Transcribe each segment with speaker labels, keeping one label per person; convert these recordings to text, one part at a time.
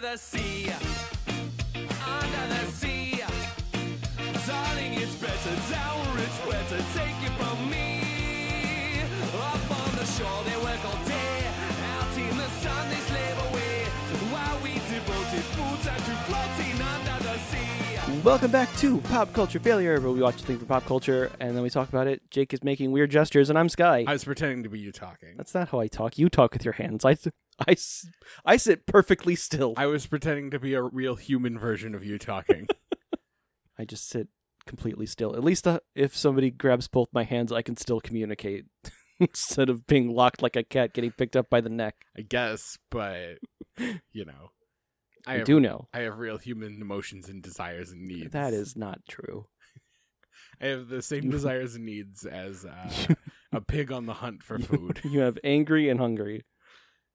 Speaker 1: the sea. Under the sea. Darling, it's better down where it's wetter. Take it from me. Up on the shore, they work all day. Out in the sun, they slave away. While we devoted full time to floating under the sea.
Speaker 2: Welcome back to Pop Culture Failure, where we watch a thing for pop culture and then we talk about it. Jake is making weird gestures, and I'm Sky.
Speaker 3: I was pretending to be you talking.
Speaker 2: That's not how I talk. You talk with your hands. I, I, s- I sit perfectly still. I,
Speaker 3: I was pretending to be a real human version of you talking.
Speaker 2: just sit completely still. At least uh, if somebody grabs both my hands, I can still communicate instead of being locked like a cat getting picked up by the neck.
Speaker 3: I guess, but you know, I
Speaker 2: I
Speaker 3: have,
Speaker 2: do know
Speaker 3: I have real human emotions and desires and needs.
Speaker 2: that is not true.
Speaker 3: I have the same
Speaker 2: You-
Speaker 3: desires and needs as uh, a pig on the hunt for food.
Speaker 2: you have angry and hungry.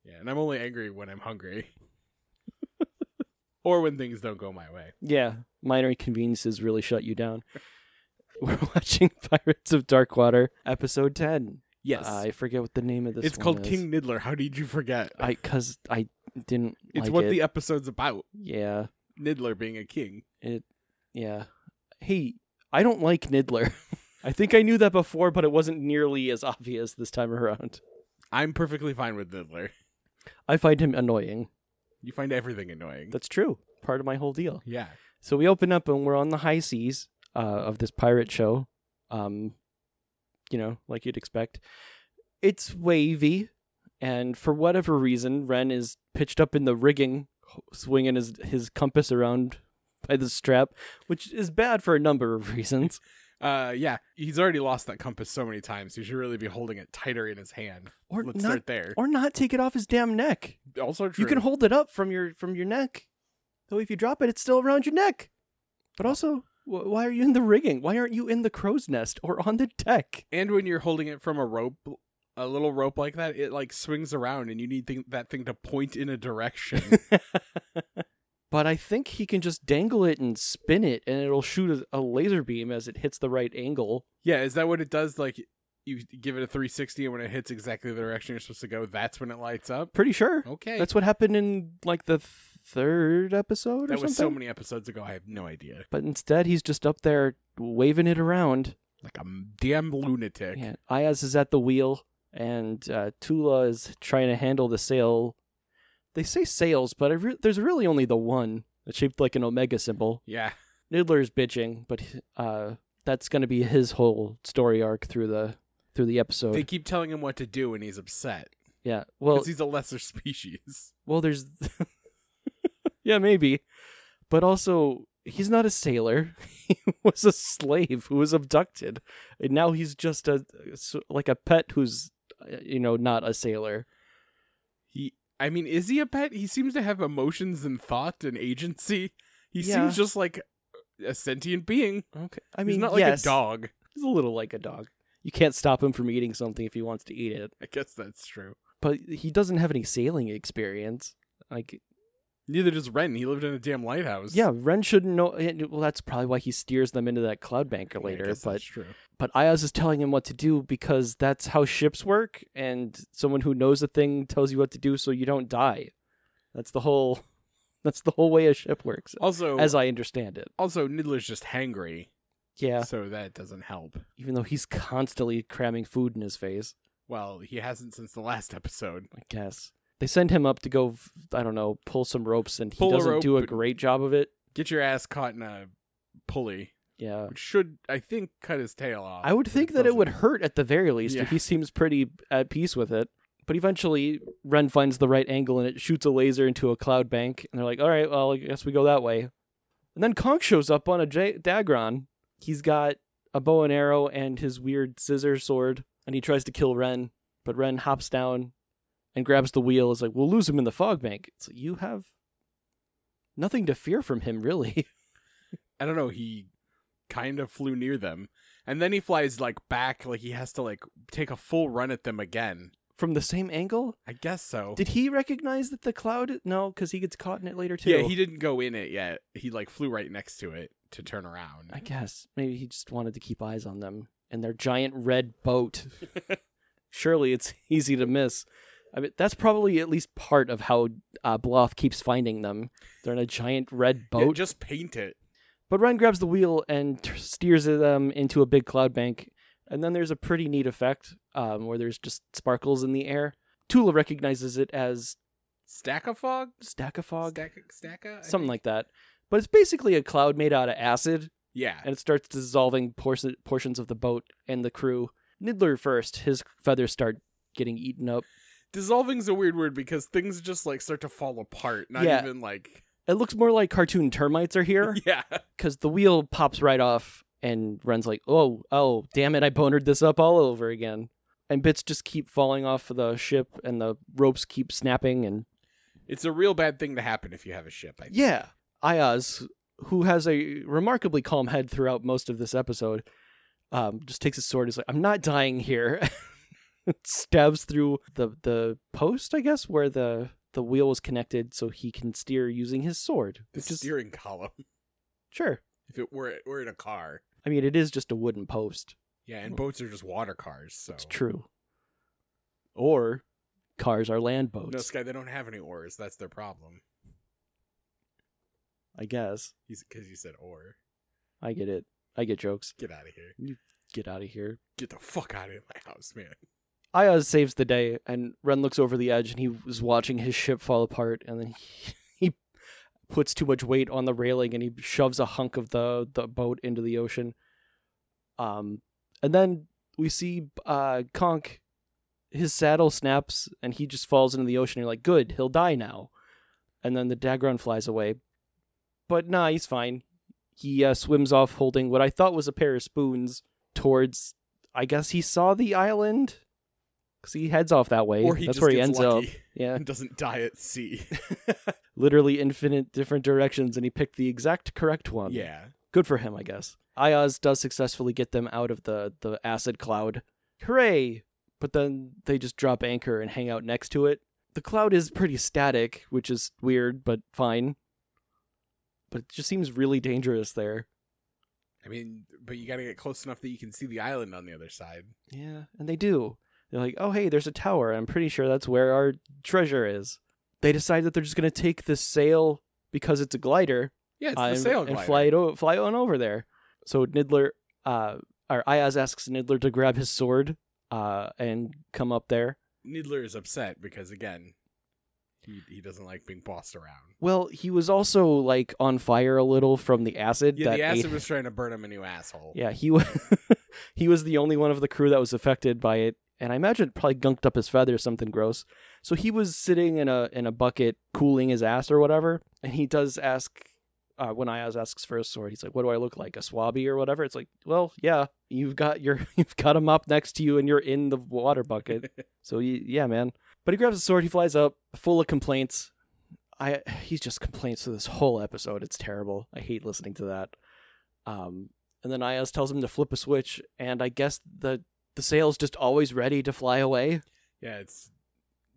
Speaker 3: yeah, and I'm only angry when I'm hungry, or when things don't go my way.
Speaker 2: Yeah, minor inconveniences really shut you down. We're watching Pirates of Darkwater, episode ten.
Speaker 3: Yes,
Speaker 2: I forget what the name of this.
Speaker 3: it's
Speaker 2: one
Speaker 3: called
Speaker 2: is.
Speaker 3: King Niddler. How did you forget?
Speaker 2: I because I didn't.
Speaker 3: it's
Speaker 2: like
Speaker 3: what
Speaker 2: it.
Speaker 3: the episode's about.
Speaker 2: Yeah,
Speaker 3: Niddler being a king.
Speaker 2: it. Yeah. Hey, I don't like Niddler. I think I knew that before, but it wasn't nearly as obvious this time around.
Speaker 3: I'm perfectly fine with Niddler.
Speaker 2: I find him annoying.
Speaker 3: You find everything annoying.
Speaker 2: That's true. Part of my whole deal.
Speaker 3: yeah.
Speaker 2: So we open up and we're on the high seas uh, of this pirate show. Um, you know, like you'd expect. It's wavy, and for whatever reason, Ren is pitched up in the rigging, swinging his his compass around by the strap, which is bad for a number of reasons.
Speaker 3: Uh, yeah, he's already lost that compass so many times. He should really be holding it tighter in his hand.
Speaker 2: Or
Speaker 3: Let's
Speaker 2: not,
Speaker 3: start there.
Speaker 2: or not take it off his damn neck.
Speaker 3: also true.
Speaker 2: You can hold it up from your from your neck. Though if you drop it, it's still around your neck. But also, wh- why are you in the rigging? Why aren't you in the crow's nest or on the deck?
Speaker 3: and when you're holding it from a rope, a little rope like that, it like swings around, and you need thing- that thing to point in a direction.
Speaker 2: but I think he can just dangle it and spin it, and it'll shoot a, a laser beam as it hits the right angle.
Speaker 3: yeah, is that what it does? Like you give it a 360, and when it hits exactly the direction you're supposed to go, that's when it lights up.
Speaker 2: Pretty sure.
Speaker 3: Okay,
Speaker 2: That's what happened in like the th- third episode or
Speaker 3: that was so
Speaker 2: something.
Speaker 3: many episodes ago. I have no idea.
Speaker 2: But instead, he's just up there waving it around.
Speaker 3: Like a damn lunatic.
Speaker 2: Yeah. Ayaz is at the wheel, and uh, Tula is trying to handle the sail. They say sails, but I re- there's really only the one that's shaped like an omega symbol.
Speaker 3: yeah.
Speaker 2: Nidler's bitching, but uh, that's going to be his whole story arc through the through the episode.
Speaker 3: They keep telling him what to do, and he's upset
Speaker 2: yeah.
Speaker 3: because
Speaker 2: Well,
Speaker 3: he's a lesser species.
Speaker 2: well, there's yeah, maybe, but also he's not a sailor. he was a slave who was abducted, and now he's just a s- like a pet who's uh, you know not a sailor.
Speaker 3: He, I mean, is he a pet? He seems to have emotions and thought and agency. He
Speaker 2: Yeah.
Speaker 3: seems just like a sentient being.
Speaker 2: Okay, I
Speaker 3: He's
Speaker 2: mean,
Speaker 3: not like
Speaker 2: yes,
Speaker 3: a dog.
Speaker 2: He's a little like a dog. You can't stop him from eating something if he wants to eat it,
Speaker 3: I guess that's true.
Speaker 2: but he doesn't have any sailing experience. Like
Speaker 3: Neither does Ren. He lived in a damn lighthouse.
Speaker 2: Yeah, Ren shouldn't know. and- Well, that's probably why he steers them into that cloud banker
Speaker 3: Yeah, I
Speaker 2: later.
Speaker 3: guess
Speaker 2: But
Speaker 3: that's true.
Speaker 2: but Ayaz is telling him what to do because that's how ships work, and someone who knows a thing tells you what to do so you don't die. That's the whole. That's the whole way a ship works,
Speaker 3: Also,
Speaker 2: as I understand it.
Speaker 3: also Niddler's just hangry,
Speaker 2: Yeah,
Speaker 3: so that doesn't help.
Speaker 2: even though he's constantly cramming food in his face,
Speaker 3: Well, he hasn't since the last episode.
Speaker 2: I guess they send him up to go. v- I don't know, pull some ropes, and he
Speaker 3: Pull a
Speaker 2: doesn't do a
Speaker 3: rope.
Speaker 2: great job of it.
Speaker 3: Get your ass caught in a pulley,
Speaker 2: Yeah,
Speaker 3: which should, I think, cut his tail off.
Speaker 2: I would
Speaker 3: but
Speaker 2: think that it would
Speaker 3: doesn't.
Speaker 2: hurt at the very least.
Speaker 3: Yeah.
Speaker 2: He seems pretty at peace with it. But eventually, Ren finds the right angle and it shoots a laser into a cloud bank. And they're like, all right, well, I guess we go that way. And then Kong shows up on a J- Dagron. He's got a bow and arrow and his weird scissor sword. And he tries to kill Ren. But Ren hops down and grabs the wheel. Is like, we'll lose him in the fog bank. It's like, you have nothing to fear from him, really.
Speaker 3: I don't know, he kind of flew near them. And then he flies like back, like he has to like take a full run at them again.
Speaker 2: from the same angle?
Speaker 3: I guess so.
Speaker 2: Did he recognize that the cloud? No, because he gets caught in it later too.
Speaker 3: yeah, he didn't go in it yet. He like flew right next to it to turn around.
Speaker 2: I guess maybe he just wanted to keep eyes on them and their giant red boat. Surely it's easy to miss. I mean, that's probably at least part of how uh, Bloth keeps finding them. They're in a giant red
Speaker 3: Yeah,
Speaker 2: boat.
Speaker 3: just paint it.
Speaker 2: But Ren grabs the wheel and t- steers them into a big cloud bank. And then there's a pretty neat effect um, where there's just sparkles in the air. Tula recognizes it as
Speaker 3: Stack a fog?
Speaker 2: stack of fog,
Speaker 3: Stack stacka? I
Speaker 2: something
Speaker 3: think?
Speaker 2: like that. But it's basically a cloud made out of acid,
Speaker 3: Yeah.
Speaker 2: and it starts dissolving por- portions of the boat and the crew. Nidler first, his feathers start getting eaten up.
Speaker 3: Dissolving's a weird word because things just like start to fall apart. Not
Speaker 2: Yeah.
Speaker 3: even like
Speaker 2: It looks more like cartoon termites are here.
Speaker 3: Yeah.
Speaker 2: because the wheel pops right off and runs like, oh, oh, damn it, I bonered this up all over again. And bits just keep falling off of the ship and the ropes keep snapping. And
Speaker 3: It's a real bad thing to happen if you have a ship, I think.
Speaker 2: yeah, Ayaz, who has a remarkably calm head throughout most of this episode, um, just takes his sword. Is like, I'm not dying here. Stabs through the the post, I guess, where the the wheel was connected, so he can steer using his sword.
Speaker 3: The
Speaker 2: Which is
Speaker 3: steering column.
Speaker 2: sure.
Speaker 3: If it were were in a car.
Speaker 2: I mean, it is just a wooden post.
Speaker 3: Yeah, and boats are just water cars, so
Speaker 2: It's true. Or cars are land boats,
Speaker 3: No Sky, they don't have any oars, that's their problem.
Speaker 2: I guess.
Speaker 3: He's cause you said oar.
Speaker 2: I get it. I get jokes.
Speaker 3: Get out of here.
Speaker 2: Get out of here.
Speaker 3: Get the fuck out of my house, man.
Speaker 2: Ayaz saves the day, and Ren looks over the edge, and he was watching his ship fall apart, and then he, he puts too much weight on the railing, and he shoves a hunk of the, the boat into the ocean. Um, and then we see uh, Conk, his saddle snaps, and he just falls into the ocean. You're like, good, he'll die now. And then the Dagron flies away, but nah, he's fine. He uh, swims off holding what I thought was a pair of spoons towards. I guess he saw the island because he heads off that way.
Speaker 3: Or he
Speaker 2: That's
Speaker 3: just
Speaker 2: where he
Speaker 3: gets
Speaker 2: ends
Speaker 3: lucky
Speaker 2: up. Yeah,
Speaker 3: and doesn't die at sea.
Speaker 2: literally infinite different directions, and he picked the exact correct one.
Speaker 3: yeah.
Speaker 2: good for him, I guess. Ayaz does successfully get them out of the the acid cloud. Hooray! But then they just drop anchor and hang out next to it. The cloud is pretty static, which is weird, but fine. But it just seems really dangerous there.
Speaker 3: I mean, but you got to get close enough that you can see the island on the other side.
Speaker 2: Yeah, and they do. They're like, oh, hey, there's a tower. I'm pretty sure that's where our treasure is. They decide that they're just going to take this sail because it's a glider
Speaker 3: Yeah, it's
Speaker 2: uh,
Speaker 3: the
Speaker 2: and,
Speaker 3: sail
Speaker 2: and
Speaker 3: glider.
Speaker 2: fly it o- fly on over there. So Nidler, uh, or Ayaz asks Nidler to grab his sword, uh, and come up there.
Speaker 3: Needler is upset because again, he he doesn't like being bossed around.
Speaker 2: Well, he was also like on fire a little from the acid.
Speaker 3: Yeah,
Speaker 2: that
Speaker 3: the
Speaker 2: ate-
Speaker 3: acid was trying to burn him a new asshole.
Speaker 2: Yeah, he was. he was the only one of the crew that was affected by it, and I imagine it probably gunked up his feathers, something gross. So he was sitting in a in a bucket, cooling his ass or whatever. And he does ask, uh, when Ayaz asks for his sword, he's like, "What do I look like, a swabby or whatever?" It's like, well, yeah, you've got your you've got a mop next to you, and you're in the water bucket. so y yeah, man. But he grabs his sword, he flies up, full of complaints. I he's just complaints through this whole episode. It's terrible. I hate listening to that. Um, and then Ayaz tells him to flip a switch, and I guess the the sail's just always ready to fly away.
Speaker 3: Yeah, it's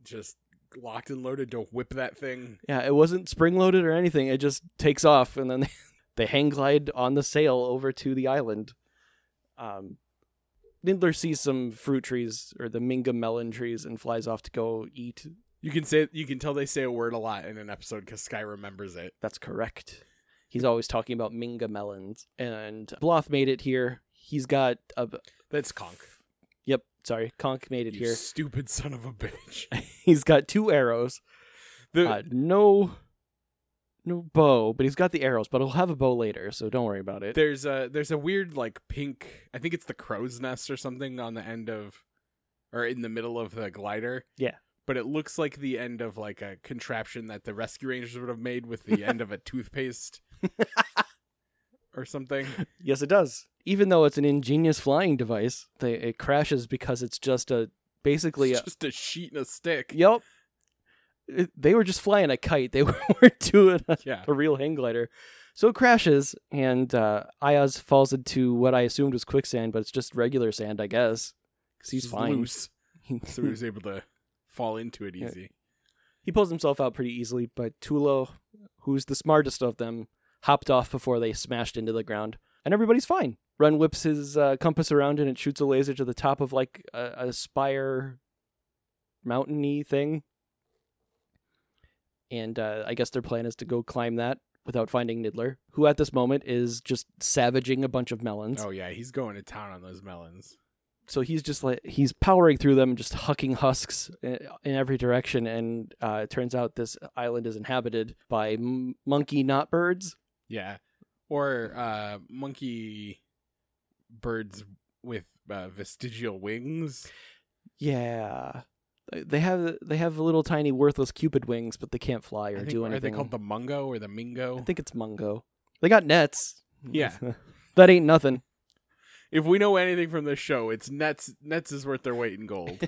Speaker 3: just locked and loaded. Don't whip that thing.
Speaker 2: Yeah, it wasn't spring loaded or anything. It just takes off, and then they, they hang glide on the sail over to the island. Um, Nidler sees some fruit trees or the Minga melon trees and flies off to go eat.
Speaker 3: You can say you can tell they say a word a lot in an episode because Sky remembers it.
Speaker 2: That's correct. He's always talking about Minga melons. And Bloth made it here. He's got a.
Speaker 3: That's conk.
Speaker 2: Yep, sorry. Conk made it
Speaker 3: You
Speaker 2: here.
Speaker 3: stupid son of a bitch.
Speaker 2: He's got two arrows.
Speaker 3: The,
Speaker 2: Uh, no, no bow, but he's got the arrows. But he'll have a bow later, so don't worry about it.
Speaker 3: there's a there's a weird like pink i think it's the crow's nest or something on the end of or in the middle of the glider
Speaker 2: Yeah.
Speaker 3: but it looks like the end of like a contraption that the rescue rangers would have made with the end of a toothpaste or something
Speaker 2: Yes, it does. Even though it's an ingenious flying device, they, it crashes because it's just a basically.
Speaker 3: it's
Speaker 2: A,
Speaker 3: just a sheet and a stick
Speaker 2: yep. It- they were just flying a kite. They weren't doing a,
Speaker 3: yeah
Speaker 2: a real hang glider. So it crashes, and uh, Ayaz falls into what I assumed was quicksand, but it's just regular sand, I guess, because he's
Speaker 3: It's
Speaker 2: fine.
Speaker 3: loose so he was able to fall into it
Speaker 2: Yeah.
Speaker 3: easy
Speaker 2: He pulls himself out pretty easily, but Tulo, who's the smartest of them, hopped off before they smashed into the ground, and everybody's fine. Ren whips his uh, compass around and it shoots a laser to the top of like a, a spire mountainy thing. And uh, I guess their plan is to go climb that without finding Niddler, who at this moment is just savaging a bunch of melons.
Speaker 3: Oh yeah, he's going to town on those melons.
Speaker 2: So he's just like he's powering through them, just hucking husks in, in every direction. And uh, it turns out this island is inhabited by m- monkey, not birds.
Speaker 3: Yeah, or uh, monkey birds with uh, vestigial wings.
Speaker 2: Yeah, They- they have they have little tiny worthless cupid wings, but they can't fly
Speaker 3: I
Speaker 2: or
Speaker 3: think-
Speaker 2: do
Speaker 3: Are they
Speaker 2: anything.
Speaker 3: called the mungo or the mingo?
Speaker 2: I think it's mungo. They got nets.
Speaker 3: Yeah.
Speaker 2: that ain't nothing.
Speaker 3: if we know anything from this show, it's nets. Nets is worth their weight in gold.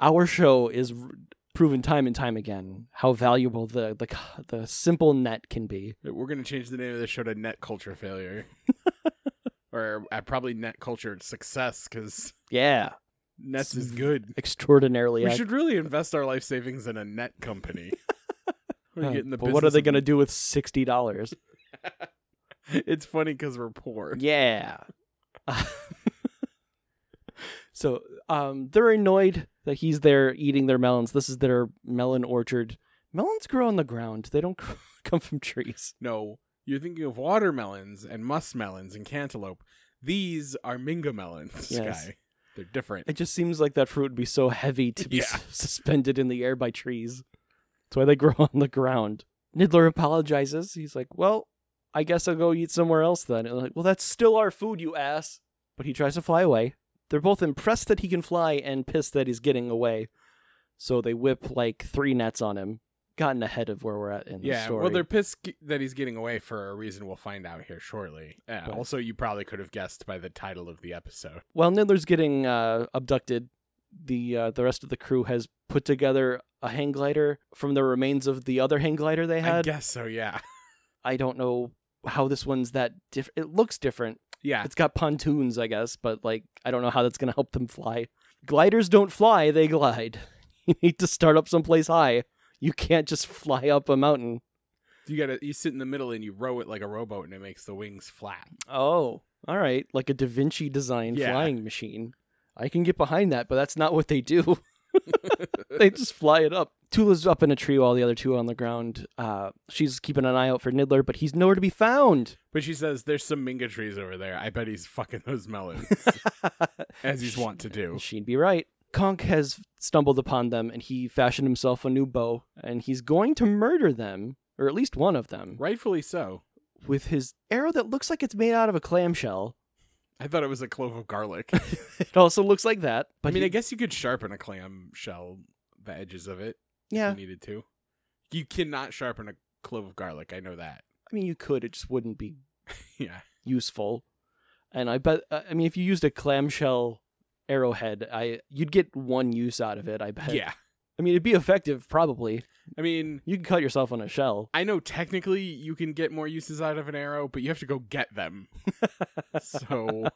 Speaker 2: Our show is r- proven time and time again how valuable the the c- the simple net can be.
Speaker 3: We're gonna change the name of the show to Net Culture Failure, or uh, probably Net Culture Success because
Speaker 2: Yeah,
Speaker 3: nets is good.
Speaker 2: extraordinarily.
Speaker 3: We
Speaker 2: ac-
Speaker 3: should really invest our life savings in a net company. We're
Speaker 2: Uh,
Speaker 3: getting the
Speaker 2: but what are
Speaker 3: business
Speaker 2: they
Speaker 3: of-
Speaker 2: going to do with sixty dollars?
Speaker 3: It's funny because we're poor.
Speaker 2: yeah. so um, they're annoyed that he's there eating their melons. This is their melon orchard. Melons grow on the ground. They don't grow- come from trees.
Speaker 3: No, you're thinking of watermelons and muskmelons and cantaloupe. These are minga melons,
Speaker 2: Yes.
Speaker 3: Sky. They're different.
Speaker 2: It just seems like that fruit would be so heavy to be
Speaker 3: Yeah.
Speaker 2: s- suspended in the air by trees. That's why they grow on the ground. Niddler apologizes. He's like, "Well, I guess I'll go eat somewhere else then." And they're like, "Well, that's still our food, you ass." But he tries to fly away. They're both impressed that he can fly and pissed that he's getting away. So they whip like three nets on him. Gotten ahead of where we're at in the
Speaker 3: Yeah,
Speaker 2: story.
Speaker 3: well, they're pissed g- that he's getting away for a reason we'll find out here shortly. Yeah,
Speaker 2: But-
Speaker 3: Also, you probably could have guessed by the title of the episode.
Speaker 2: While Niddler's getting uh, abducted, the uh, the rest of the crew has put together a hang glider from the remains of the other hang glider they
Speaker 3: I
Speaker 2: had.
Speaker 3: guess so, yeah.
Speaker 2: I don't know how this one's that different. It looks different.
Speaker 3: Yeah,
Speaker 2: It's got pontoons, I guess, but like I don't know how that's gonna help them fly. Gliders don't fly; they glide. You need to start up someplace high. You can't just fly up a mountain.
Speaker 3: you gotta you sit in the middle and you row it like a rowboat, and it makes the wings flat.
Speaker 2: Oh, all right, like a Da Vinci designed
Speaker 3: Yeah.
Speaker 2: flying machine. I can get behind that, but that's not what they do. they just fly it up. Tula's up in a tree while the other two are on the ground. Uh, she's keeping an eye out for Niddler, but he's nowhere to be found.
Speaker 3: But she says there's some minga trees over there. I bet he's fucking those melons, as he's wont to do.
Speaker 2: She'd be right. Conk has stumbled upon them and he fashioned himself a new bow and he's going to murder them, or at least one of them,
Speaker 3: Rightfully so.
Speaker 2: with his arrow that looks like it's made out of a clamshell.
Speaker 3: I thought it was a clove of garlic.
Speaker 2: It also looks like that. But
Speaker 3: I mean,
Speaker 2: he-
Speaker 3: I guess you could sharpen a clam shell, the edges of it,
Speaker 2: yeah.
Speaker 3: if you needed to. You cannot sharpen a clove of garlic. I know that.
Speaker 2: I mean, you could. It just wouldn't be
Speaker 3: Yeah.
Speaker 2: useful. And I bet, uh, I I mean, if you used a clamshell arrowhead, I you'd get one use out of it. I bet.
Speaker 3: Yeah.
Speaker 2: I mean, it'd be effective probably.
Speaker 3: I mean,
Speaker 2: You can cut yourself on a shell.
Speaker 3: I know technically you can get more uses out of an arrow, but you have to go get them. so,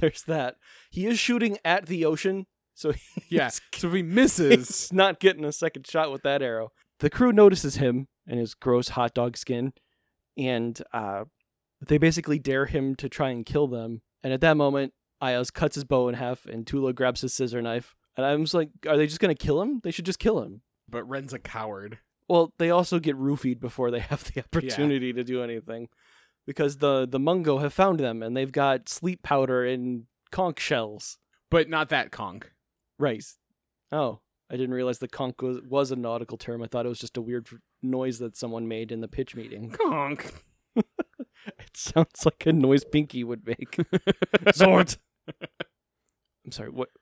Speaker 2: There's that. He is shooting at the ocean, so
Speaker 3: yeah.
Speaker 2: he's
Speaker 3: So if he
Speaker 2: He's
Speaker 3: misses,
Speaker 2: not getting a second shot with that arrow. The crew notices him and his gross hot dog skin, and uh, they basically dare him to try and kill them. And at that moment, Ayaz cuts his bow in half, and Tula grabs his scissor knife. And I'm just like, are they just gonna kill him? They should just kill him.
Speaker 3: but Ren's a coward.
Speaker 2: Well, they also get roofied before they have the opportunity to do anything, because the the Mungo have found them, and they've got sleep powder and conch shells.
Speaker 3: But not that conch.
Speaker 2: Rice. Oh, I didn't realize the conch was, was a nautical term. I thought it was just a weird f- noise that someone made in the pitch meeting.
Speaker 3: Conch.
Speaker 2: It sounds like a noise Pinky would make. Zort. I'm sorry. What?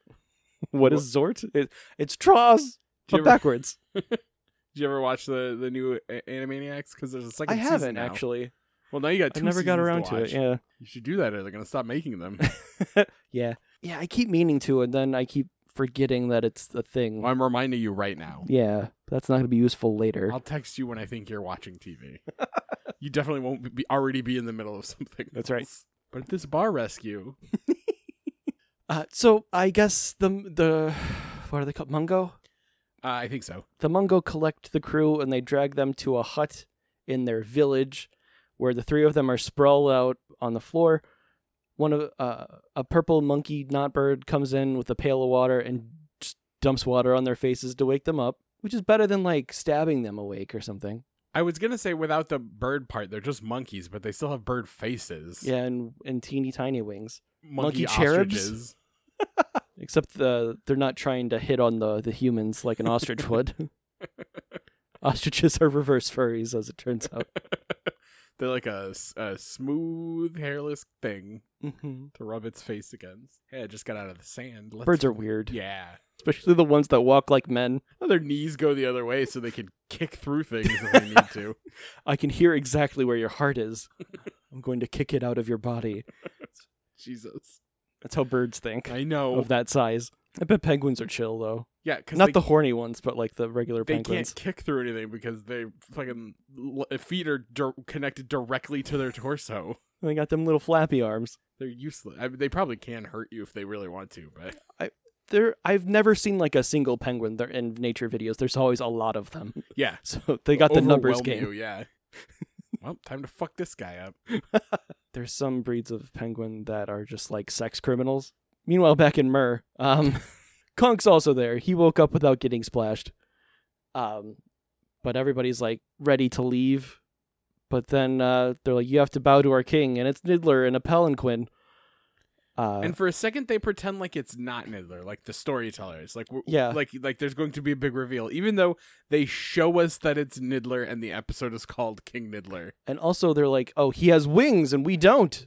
Speaker 2: What is Zort? It, it's Troz,
Speaker 3: Did you,
Speaker 2: but
Speaker 3: ever,
Speaker 2: backwards.
Speaker 3: did you ever watch the, the new A- Animaniacs? Because there's a
Speaker 2: I
Speaker 3: second season
Speaker 2: haven't
Speaker 3: now.
Speaker 2: actually.
Speaker 3: Well, now you got
Speaker 2: I
Speaker 3: two
Speaker 2: never got
Speaker 3: seasons
Speaker 2: around to, it.
Speaker 3: watch.
Speaker 2: Yeah.
Speaker 3: You should do that or they're going to stop making them.
Speaker 2: Yeah. Yeah. I keep meaning to, and then I keep forgetting that it's a thing.
Speaker 3: Well, I'm reminding you right now.
Speaker 2: Yeah, that's not gonna be useful later.
Speaker 3: I'll text you when I think you're watching TV. you definitely won't be already be in the middle of something.
Speaker 2: That's right.
Speaker 3: else. But at this bar rescue,
Speaker 2: Uh, so I guess the the what are they called? Mungo.
Speaker 3: uh, I think so.
Speaker 2: The Mungo collect the crew and they drag them to a hut in their village where the three of them are sprawled out on the floor. One of uh, a purple monkey not bird comes in with a pail of water and just dumps water on their faces to wake them up, which is better than like stabbing them awake or something.
Speaker 3: I was gonna say without the bird part, they're just monkeys, but they still have bird faces.
Speaker 2: Yeah, and and teeny tiny wings.
Speaker 3: monkey,
Speaker 2: Monkey cherubs?
Speaker 3: ostriches.
Speaker 2: Except the, they're not trying to hit on the, the humans like an ostrich would. Ostriches are reverse furries, as it turns out.
Speaker 3: They're like a, s- a smooth, hairless thing
Speaker 2: hmm
Speaker 3: to rub its face against. Hey, I just got out of the sand. Let's-
Speaker 2: Birds are weird,
Speaker 3: Yeah.
Speaker 2: especially the ones that walk like men.
Speaker 3: Well, their knees go the other way so they can kick through things if they need to.
Speaker 2: I can hear exactly where your heart is. I'm going to kick it out of your body.
Speaker 3: Jesus.
Speaker 2: That's how birds think
Speaker 3: I know.
Speaker 2: of that size. I bet penguins are chill though.
Speaker 3: Yeah, because
Speaker 2: Not
Speaker 3: they,
Speaker 2: the horny ones, but like the regular
Speaker 3: they
Speaker 2: penguins.
Speaker 3: can't kick through anything because they fucking l- uh, feet are dir- connected directly to their torso.
Speaker 2: They got them little flappy arms.
Speaker 3: They're useless. I mean, they probably can hurt you if they really want to, but
Speaker 2: There, I've never seen like a single penguin there in nature videos. There's always a lot of them,
Speaker 3: yeah,
Speaker 2: so they got the numbers
Speaker 3: overwhelm
Speaker 2: game.
Speaker 3: You, yeah. well, time to fuck this guy up.
Speaker 2: There's some breeds of penguin that are just like sex criminals. Meanwhile, back in Myrrh, um, Conk's also there. He woke up without getting splashed. Um, but everybody's like ready to leave. But then uh, they're like, you have to bow to our king. And it's Niddler and a Palanquin. Uh,
Speaker 3: and for a second, they pretend like it's not Niddler, like the storytellers, like we're,
Speaker 2: Yeah.
Speaker 3: like like there's going to be a big reveal, even though they show us that it's Niddler and the episode is called King Niddler.
Speaker 2: and also they're like, "Oh, he has wings and we don't."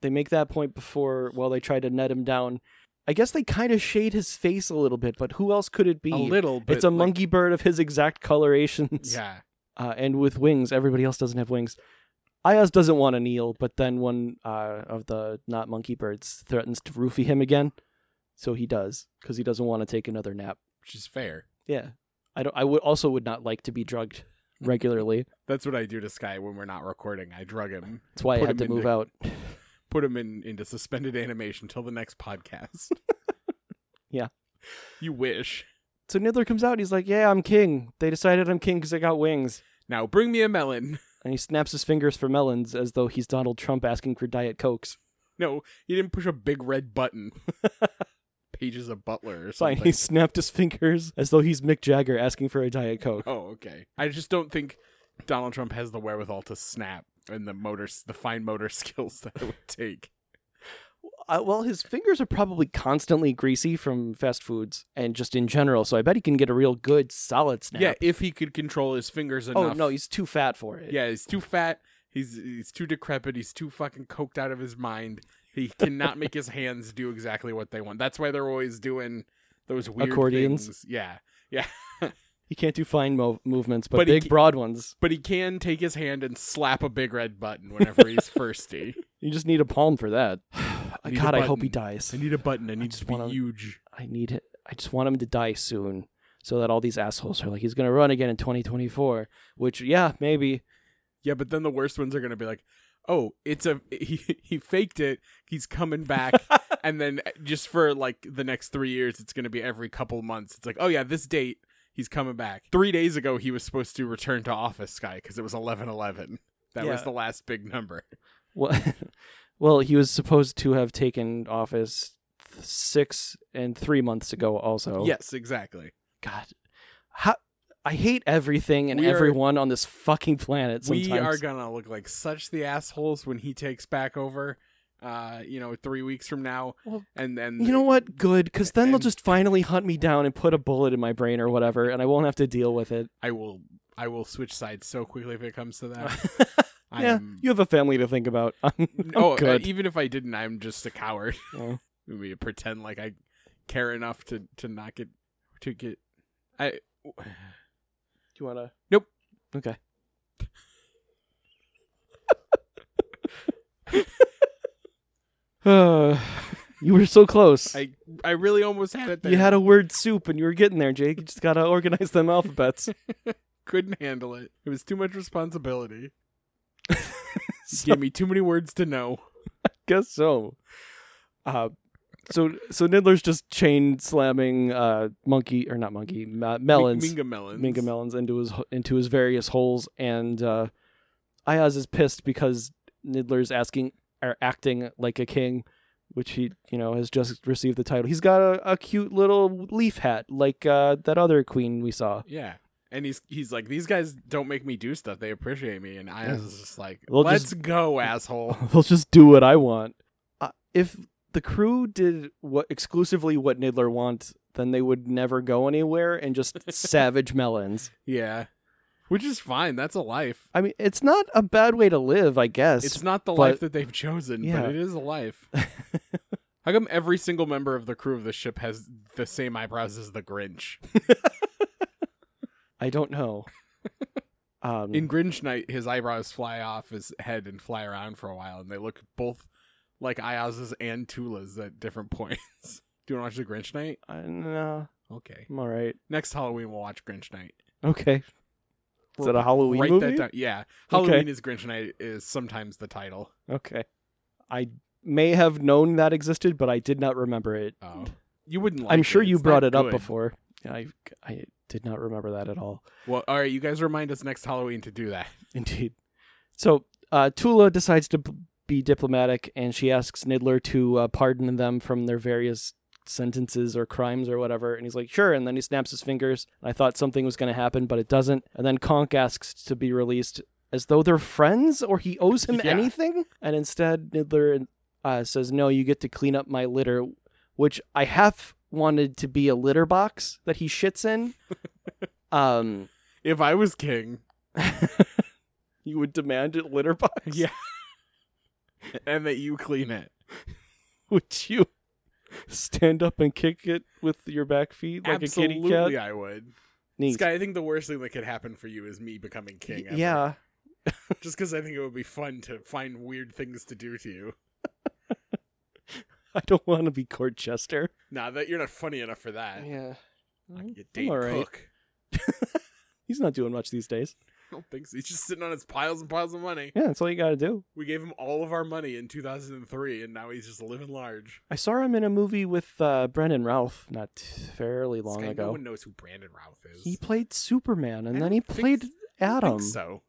Speaker 2: They make that point before while they try to net him down. I guess they kind of shade his face a little bit, but who else could it be?
Speaker 3: A little, but
Speaker 2: it's a
Speaker 3: like-
Speaker 2: monkey bird of his exact colorations.
Speaker 3: Yeah,
Speaker 2: Uh, and with wings, everybody else doesn't have wings. Ayaz doesn't want to kneel, but then one uh, of the not monkey birds threatens to roofie him again, so he does because he doesn't want to take another nap.
Speaker 3: which is fair.
Speaker 2: Yeah, I don't. I would also would not like to be drugged
Speaker 3: Hmm.
Speaker 2: regularly.
Speaker 3: That's what I do to Sky when we're not recording. I drug him,
Speaker 2: That's why
Speaker 3: Put
Speaker 2: I had
Speaker 3: him
Speaker 2: to
Speaker 3: in
Speaker 2: move
Speaker 3: the-
Speaker 2: out.
Speaker 3: put him in into suspended animation till the next podcast.
Speaker 2: Yeah.
Speaker 3: you wish.
Speaker 2: So Niddler comes out and he's like, "Yeah, I'm king. They decided I'm king because I got wings."
Speaker 3: Now bring me a melon.
Speaker 2: And he snaps his fingers for melons as though he's Donald Trump asking for diet cokes.
Speaker 3: No, he didn't push a big red button. Pages of Butler or
Speaker 2: Fine,
Speaker 3: something.
Speaker 2: he snapped his fingers as though he's Mick Jagger asking for a diet coke.
Speaker 3: Oh, okay. I just don't think Donald Trump has the wherewithal to snap and the motor, the fine motor skills that it would take.
Speaker 2: Uh, well, his fingers are probably constantly greasy from fast foods and just in general, so I bet he can get a real good solid snap.
Speaker 3: Yeah, if he could control his fingers enough.
Speaker 2: Oh no, he's too fat for it.
Speaker 3: yeah, he's too fat. He's he's too decrepit. He's too fucking coked out of his mind. He cannot make his hands do exactly what they want. That's why they're always doing those weird
Speaker 2: Accordions.
Speaker 3: things. Yeah,
Speaker 2: he can't do fine mo- movements, but,
Speaker 3: But he
Speaker 2: big
Speaker 3: ca-
Speaker 2: broad ones.
Speaker 3: but he can take his hand and slap a big red button whenever he's thirsty.
Speaker 2: You just need a palm for that.
Speaker 3: need a
Speaker 2: God, I hope he
Speaker 3: button.
Speaker 2: dies.
Speaker 3: I need a button. I need
Speaker 2: just
Speaker 3: to be
Speaker 2: wanna-
Speaker 3: huge.
Speaker 2: I need it. I just want him to die soon so that all these assholes are like, he's going to run again in 2024, which, yeah, maybe.
Speaker 3: Yeah, but then the worst ones are gonna be like, oh, it's a he, he faked it. He's coming back, and then eh, just for like the next three years, it's gonna be every couple months. It's like, oh yeah, this date he's coming back. Three days ago, he was supposed to return to office, guy, because it was eleven eleven. That was
Speaker 2: Yeah.
Speaker 3: the last big number.
Speaker 2: Well, well, he was supposed to have taken office th- six and three months ago, also.
Speaker 3: Yes, exactly.
Speaker 2: God. How. I hate everything and
Speaker 3: We are-
Speaker 2: everyone on this fucking planet sometimes.
Speaker 3: We are gonna look like such the assholes when he takes back over. Uh, you know, three weeks from now,
Speaker 2: Well,
Speaker 3: and and
Speaker 2: you know what? Good, because then they'll
Speaker 3: And-
Speaker 2: just finally hunt me down and put a bullet in my brain or whatever, and I won't have to deal with it.
Speaker 3: I will I will switch sides so quickly if it comes to that. I
Speaker 2: yeah,
Speaker 3: am
Speaker 2: you have a family to think about. I'm, I'm
Speaker 3: oh, uh,
Speaker 2: good.
Speaker 3: even if I didn't, I'm just a coward.
Speaker 2: Yeah.
Speaker 3: We pretend like I care enough to to not get to get. I
Speaker 2: Do you want to?
Speaker 3: Nope.
Speaker 2: Okay. you were so close.
Speaker 3: I I really almost had it. There.
Speaker 2: you had a word soup and you were getting there, Jake. You just got to organize them alphabets.
Speaker 3: couldn't handle it. It was too much responsibility.
Speaker 2: So-
Speaker 3: Gave me too many words to know.
Speaker 2: guess so. Uh, so so Niddler's just chain slamming uh, monkey or not monkey uh, melons
Speaker 3: Minga melons.
Speaker 2: Minga melons into his into his various holes, and uh, Ayaz is pissed because Niddler's asking or acting er, like a king which he you know has just received the title. He's got a, a cute little leaf hat like uh, that other queen we saw.
Speaker 3: Yeah. And he's he's like, these guys don't make me do stuff. They appreciate me. And I was just like,
Speaker 2: We'll
Speaker 3: let's
Speaker 2: just-
Speaker 3: go, asshole.
Speaker 2: They'll just do what I want. Uh, if the crew did what exclusively what Nidler wants, then they would never go anywhere and just savage melons.
Speaker 3: yeah. Which is fine. That's a life.
Speaker 2: I mean, it's not a bad way to live, I guess.
Speaker 3: It's not the
Speaker 2: but-
Speaker 3: life that they've chosen,
Speaker 2: Yeah.
Speaker 3: but it is a life. How come every single member of the crew of the ship has the same eyebrows as the Grinch?
Speaker 2: I don't know. Um,
Speaker 3: In Grinch Night, his eyebrows fly off his head and fly around for a while, and they look both like Ayaz's and Tula's at different points. Do you want to watch the Grinch Night?
Speaker 2: I, no,
Speaker 3: Okay.
Speaker 2: I'm all right.
Speaker 3: Next Halloween, we'll watch Grinch Night.
Speaker 2: Okay. Is that a Halloween
Speaker 3: Write
Speaker 2: movie?
Speaker 3: that down. Yeah, Halloween is Grinch Night is sometimes the title.
Speaker 2: Okay. I may have known that existed, but I did not remember it.
Speaker 3: Oh, you wouldn't. like
Speaker 2: I'm sure
Speaker 3: it.
Speaker 2: you
Speaker 3: It's
Speaker 2: brought
Speaker 3: not
Speaker 2: it up
Speaker 3: good.
Speaker 2: before. I I did not remember that at all.
Speaker 3: Well, all right, you guys remind us next Halloween to do that.
Speaker 2: Indeed. So uh, Tula decides to b- be diplomatic, and she asks Nidler to uh, pardon them from their various sentences or crimes or whatever. And he's like, sure. And then he snaps his fingers. I thought something was going to happen, but it doesn't. And then Conk asks to be released as though they're friends or he owes him
Speaker 3: Yeah.
Speaker 2: anything. And instead, Nidler uh, says, no, you get to clean up my litter, which I half wanted to be a litter box that he shits in. um,
Speaker 3: If I was king,
Speaker 2: you would demand a litter box?
Speaker 3: Yeah. and that you clean it,
Speaker 2: Would you stand up and kick it with your back feet like
Speaker 3: absolutely,
Speaker 2: a kitty cat?
Speaker 3: I would.
Speaker 2: Neat.
Speaker 3: Sky, I think the worst thing that could happen for you is me becoming king. ever.
Speaker 2: yeah.
Speaker 3: just because I think it would be fun to find weird things to do to you.
Speaker 2: I don't want to be court jester.
Speaker 3: Nah, that you're not funny enough for that.
Speaker 2: Yeah.
Speaker 3: You date
Speaker 2: all right.
Speaker 3: Cook.
Speaker 2: He's not doing much these days.
Speaker 3: I don't think so. He's just sitting on his piles and piles of money.
Speaker 2: Yeah, that's all you got to do.
Speaker 3: We gave him all of our money in 2003, and now he's just living large.
Speaker 2: I saw him in a movie with uh, Brendan Ralph not fairly long
Speaker 3: Sky,
Speaker 2: ago.
Speaker 3: No one knows who Brandon Routh is.
Speaker 2: He played Superman, and
Speaker 3: I
Speaker 2: then
Speaker 3: don't
Speaker 2: he
Speaker 3: think
Speaker 2: played
Speaker 3: s- I don't
Speaker 2: Adam,
Speaker 3: think so.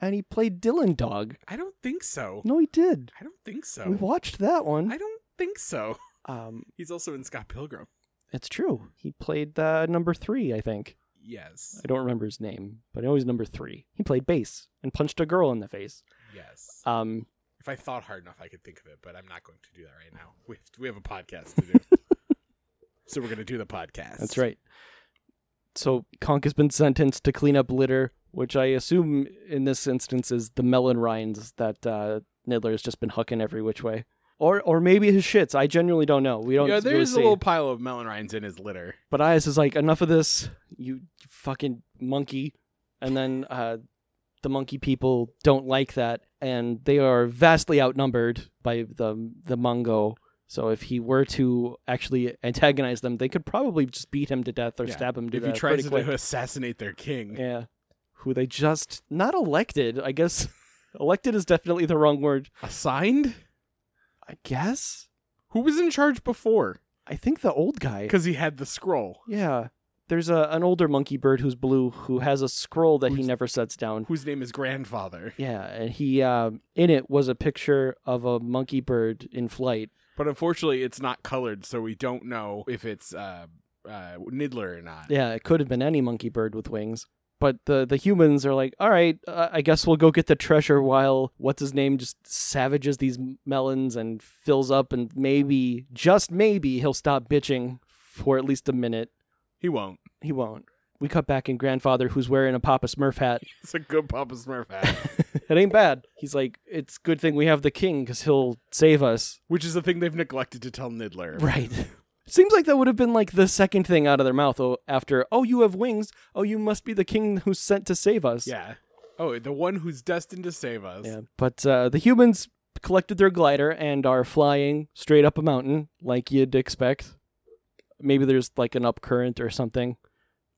Speaker 2: and he played Dylan Dog.
Speaker 3: I don't think so.
Speaker 2: No, he did.
Speaker 3: I don't think so.
Speaker 2: We watched that one.
Speaker 3: I don't think so.
Speaker 2: Um,
Speaker 3: He's also in Scott Pilgrim.
Speaker 2: it's true. He played uh, number three, I think.
Speaker 3: Yes.
Speaker 2: I don't remember his name, but I know he's number three. He played bass and punched a girl in the face.
Speaker 3: Yes.
Speaker 2: Um,
Speaker 3: If I thought hard enough, I could think of it, but I'm not going to do that right now. We have, we have a podcast to do. so we're going to do the podcast.
Speaker 2: that's right. So Conk has been sentenced to clean up litter, which I assume in this instance is the melon rinds that uh, Nidler has just been hucking every which way, or or maybe his shits. I genuinely don't know. We don't.
Speaker 3: yeah,
Speaker 2: really
Speaker 3: there's
Speaker 2: see.
Speaker 3: a little pile of melon rinds in his litter.
Speaker 2: But Ayas is like, enough of this, you fucking monkey. And then uh, the monkey people don't like that, and they are vastly outnumbered by the the Mongo. So if he were to actually antagonize them, they could probably just beat him to death or
Speaker 3: Yeah.
Speaker 2: stab him to
Speaker 3: If he
Speaker 2: death
Speaker 3: tries
Speaker 2: pretty
Speaker 3: to
Speaker 2: quick.
Speaker 3: assassinate their king,
Speaker 2: Yeah, who they just not elected. I guess elected is definitely the wrong word.
Speaker 3: assigned?
Speaker 2: I guess
Speaker 3: Who was in charge before?
Speaker 2: I think the old guy.
Speaker 3: Because he had the scroll.
Speaker 2: Yeah. There's a an older monkey bird who's blue who has a scroll that he
Speaker 3: Who's-
Speaker 2: never sets down.
Speaker 3: Whose name is grandfather?
Speaker 2: Yeah, and he um, in it was a picture of a monkey bird in flight.
Speaker 3: But unfortunately, it's not colored, so we don't know if it's uh, uh, Niddler or not.
Speaker 2: Yeah, it could have been any monkey bird with wings. But the the humans are like, all right, uh, I guess we'll go get the treasure while what's his name just savages these m- melons and fills up, and maybe just maybe he'll stop bitching for at least a minute.
Speaker 3: He won't.
Speaker 2: He won't. We cut back in grandfather who's wearing a Papa Smurf hat.
Speaker 3: It's a good Papa Smurf hat.
Speaker 2: it ain't bad. He's like, it's good thing we have the king because he'll save us.
Speaker 3: Which is the thing they've neglected to tell Niddler.
Speaker 2: Right. Seems like that would have been like the second thing out of their mouth oh, after, oh, you have wings. Oh, you must be the king who's sent to save us.
Speaker 3: Yeah. Oh, the one who's destined to save us.
Speaker 2: Yeah. But uh, the humans collected their glider and are flying straight up a mountain like you'd expect. Maybe there's like an upcurrent or something.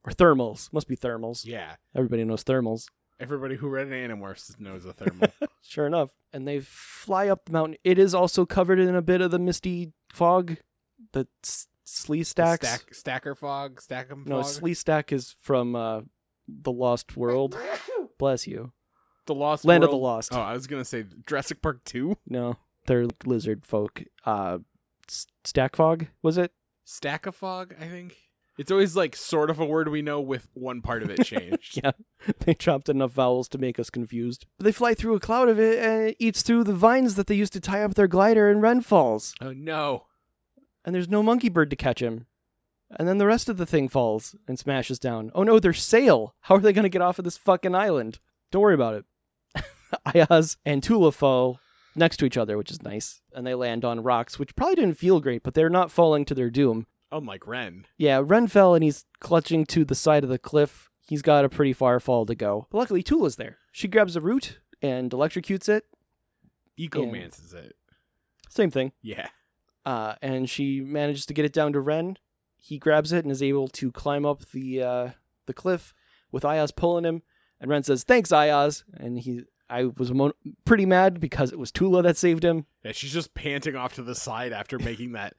Speaker 2: Or thermals. Must be thermals.
Speaker 3: Yeah.
Speaker 2: Everybody knows thermals.
Speaker 3: Everybody who read an Animorphs knows a thermal.
Speaker 2: Sure enough. And they fly up the mountain. It is also covered in a bit of the misty fog. The s- slee stacks.
Speaker 3: Stack, stacker fog, stackum
Speaker 2: No,
Speaker 3: fog.
Speaker 2: Slee Stack is from uh, the Lost World. Bless you.
Speaker 3: the Lost
Speaker 2: Land of
Speaker 3: World-
Speaker 2: the Lost.
Speaker 3: Oh, I was gonna say Jurassic Park Two.
Speaker 2: No, they're lizard folk. Uh, S- Stackfog was it?
Speaker 3: Stack of fog, I think. It's always like sort of a word we know with one part of it changed.
Speaker 2: Yeah. They chopped enough vowels to make us confused. But they fly through a cloud of it and it eats through the vines that they used to tie up their glider in Ren Falls.
Speaker 3: Oh no.
Speaker 2: And there's no monkey bird to catch him. And then the rest of the thing falls and smashes down. Oh no, their sail! How are they going to get off of this fucking island? Don't worry about it. Ayaz and Tula fall next to each other, which is nice. And they land on rocks, which probably didn't feel great, but they're not falling to their doom.
Speaker 3: Unlike Ren.
Speaker 2: Yeah, Ren fell and he's clutching to the side of the cliff. He's got a pretty far fall to go. But luckily, Tula's there. She grabs a root and electrocutes it.
Speaker 3: Ecomances it.
Speaker 2: Same thing.
Speaker 3: Yeah.
Speaker 2: Uh, and she manages to get it down to Ren. He grabs it and is able to climb up the uh, the cliff with Ayaz pulling him. And Ren says, "Thanks, Ayaz." And he, I was mo- pretty mad because it was Tula that saved him.
Speaker 3: Yeah, she's just panting off to the side after making that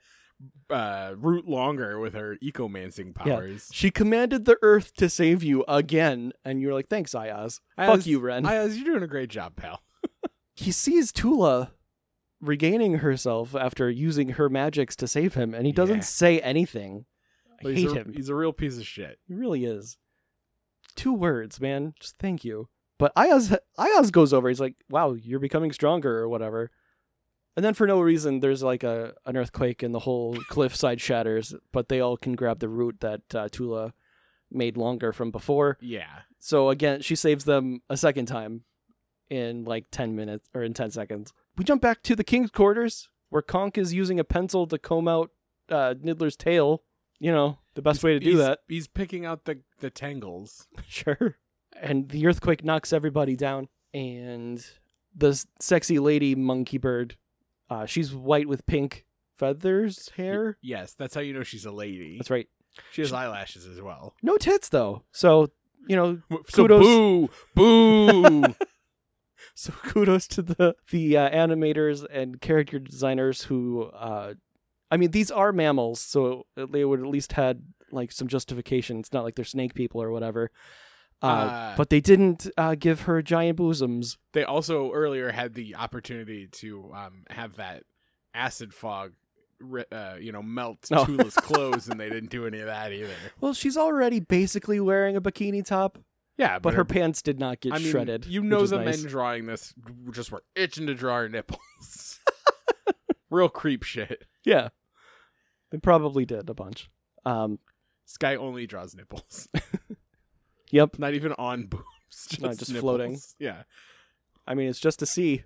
Speaker 3: uh, route longer with her ecomancing powers.
Speaker 2: She commanded the Earth to save you again, and you're like, "Thanks, Ayaz." Fuck
Speaker 3: Ayaz-
Speaker 2: you, Ren.
Speaker 3: Ayaz, you're doing a great job, pal.
Speaker 2: he sees Tula regaining herself after using her magics to save him, and he doesn't
Speaker 3: Yeah.
Speaker 2: say anything. I
Speaker 3: But
Speaker 2: hate
Speaker 3: he's, a,
Speaker 2: him.
Speaker 3: he's a real piece of shit.
Speaker 2: He really is. Two words, man. Just thank you. But Ayaz, Ayaz goes over. He's like, "Wow, you're becoming stronger," or whatever. And then for no reason, there's like a an earthquake, and the whole cliffside shatters. But they all can grab the root that uh, Tula made longer from before.
Speaker 3: Yeah.
Speaker 2: So again, she saves them a second time in like 10 minutes or in 10 seconds. We jump back to the king's quarters where Conk is using a pencil to comb out uh, Niddler's tail. You know, the best way to do
Speaker 3: He's-
Speaker 2: that.
Speaker 3: He's picking out the, the tangles.
Speaker 2: Sure. And the earthquake knocks everybody down. And the s- sexy lady monkey bird, uh, she's white with pink feathers, hair.
Speaker 3: Yes, that's how you know she's a lady.
Speaker 2: That's right.
Speaker 3: She has eyelashes as well.
Speaker 2: No tits, though. So, you know,
Speaker 3: So
Speaker 2: Kudos.
Speaker 3: boo, boo.
Speaker 2: So kudos to the the uh, animators and character designers who, uh, I mean, these are mammals, so they would at least had like some justification. It's not like they're snake people or whatever. Uh,
Speaker 3: Uh,
Speaker 2: but they didn't uh, give her giant bosoms.
Speaker 3: they also earlier had the opportunity to um, have that acid fog, ri- uh, you know, melt
Speaker 2: Oh.
Speaker 3: Tula's clothes, and they didn't do any of that either.
Speaker 2: Well, she's already basically wearing a bikini top,
Speaker 3: Yeah,
Speaker 2: but her pants did not get
Speaker 3: I mean,
Speaker 2: shredded.
Speaker 3: You
Speaker 2: which
Speaker 3: know,
Speaker 2: is
Speaker 3: the
Speaker 2: nice.
Speaker 3: men drawing this just were itching to draw her nipples. Real creep shit.
Speaker 2: Yeah, they probably did a bunch. Um,
Speaker 3: This guy only draws nipples,
Speaker 2: yep.
Speaker 3: not even on boobs. Just
Speaker 2: No, just floating.
Speaker 3: nipples. Yeah,
Speaker 2: I mean, it's just a C.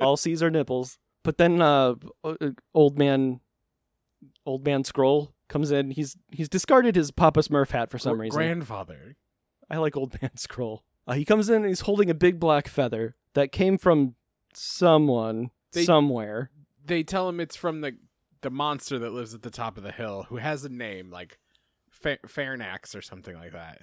Speaker 2: All C's are nipples. But then, uh, o- uh, old man, old man Scroll comes in. He's he's discarded his Papa Smurf hat for some
Speaker 3: Gr-
Speaker 2: reason.
Speaker 3: grandfather.
Speaker 2: I like old man Scroll. Uh, he comes in and he's holding a big black feather that came from someone
Speaker 3: They-
Speaker 2: somewhere.
Speaker 3: they tell him it's from the the monster that lives at the top of the hill who has a name like Fa- Farnax or something like that.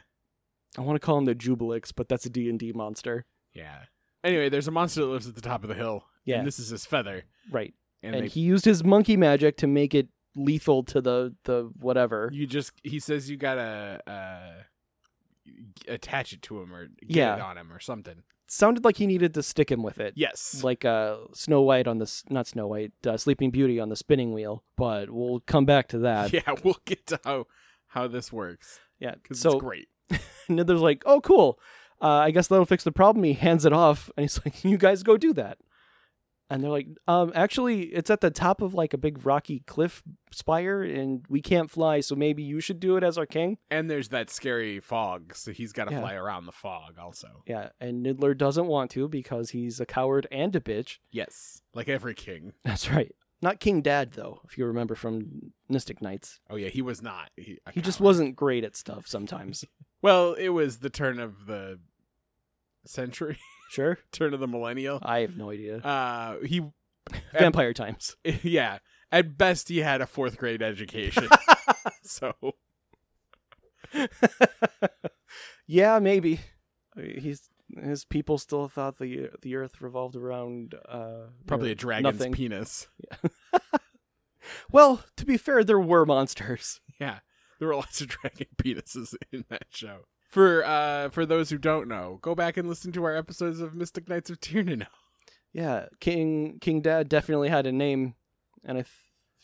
Speaker 2: I want to call him the Jubilix, but that's a D and D monster,
Speaker 3: Yeah. Anyway, there's a monster that lives at the top of the hill.
Speaker 2: Yeah.
Speaker 3: And this is his feather.
Speaker 2: right?
Speaker 3: And,
Speaker 2: And,
Speaker 3: they,
Speaker 2: he used his monkey magic to make it lethal to the the whatever.
Speaker 3: you just he says you gotta uh, g- attach it to him or get
Speaker 2: Yeah.
Speaker 3: it on him or something.
Speaker 2: sounded like he needed to stick him with it.
Speaker 3: Yes.
Speaker 2: like uh, Snow White on the s- not Snow White, uh, Sleeping Beauty on the spinning wheel. But we'll come back to that.
Speaker 3: yeah, we'll get to how how this works
Speaker 2: Yeah.
Speaker 3: because
Speaker 2: So
Speaker 3: it's great.
Speaker 2: Nidler's like, "Oh, cool. Uh, I guess that'll fix the problem." He hands it off, and he's like, "You guys go do that." And they're like, um, "Actually, it's at the top of like a big rocky cliff spire, and we can't fly, so maybe you should do it as our king."
Speaker 3: And there's that scary fog, so he's got to
Speaker 2: Yeah.
Speaker 3: fly around the fog also.
Speaker 2: Yeah, and Nidler doesn't want to because he's a coward and a bitch.
Speaker 3: Yes, like every king.
Speaker 2: That's right. Not King Dad though, if you remember from Mystic Knights.
Speaker 3: Oh yeah, he was not. He, a
Speaker 2: He just
Speaker 3: coward.
Speaker 2: wasn't great at stuff sometimes.
Speaker 3: Well, it was the turn of the century,
Speaker 2: sure.
Speaker 3: turn of the millennial.
Speaker 2: I have no idea.
Speaker 3: Uh, he,
Speaker 2: Vampire Times.
Speaker 3: yeah, at best he had a fourth grade education. so
Speaker 2: yeah, maybe. Uh, He's his people still thought the the Earth revolved around uh,
Speaker 3: probably
Speaker 2: or
Speaker 3: a dragon's
Speaker 2: nothing.
Speaker 3: penis.
Speaker 2: Well, to be fair, there were monsters.
Speaker 3: Yeah, there were lots of dragon penises in that show. For uh, for those who don't know, go back and listen to our episodes of Mystic Knights of Tirnano.
Speaker 2: Yeah, King King Dad definitely had a name, and I th-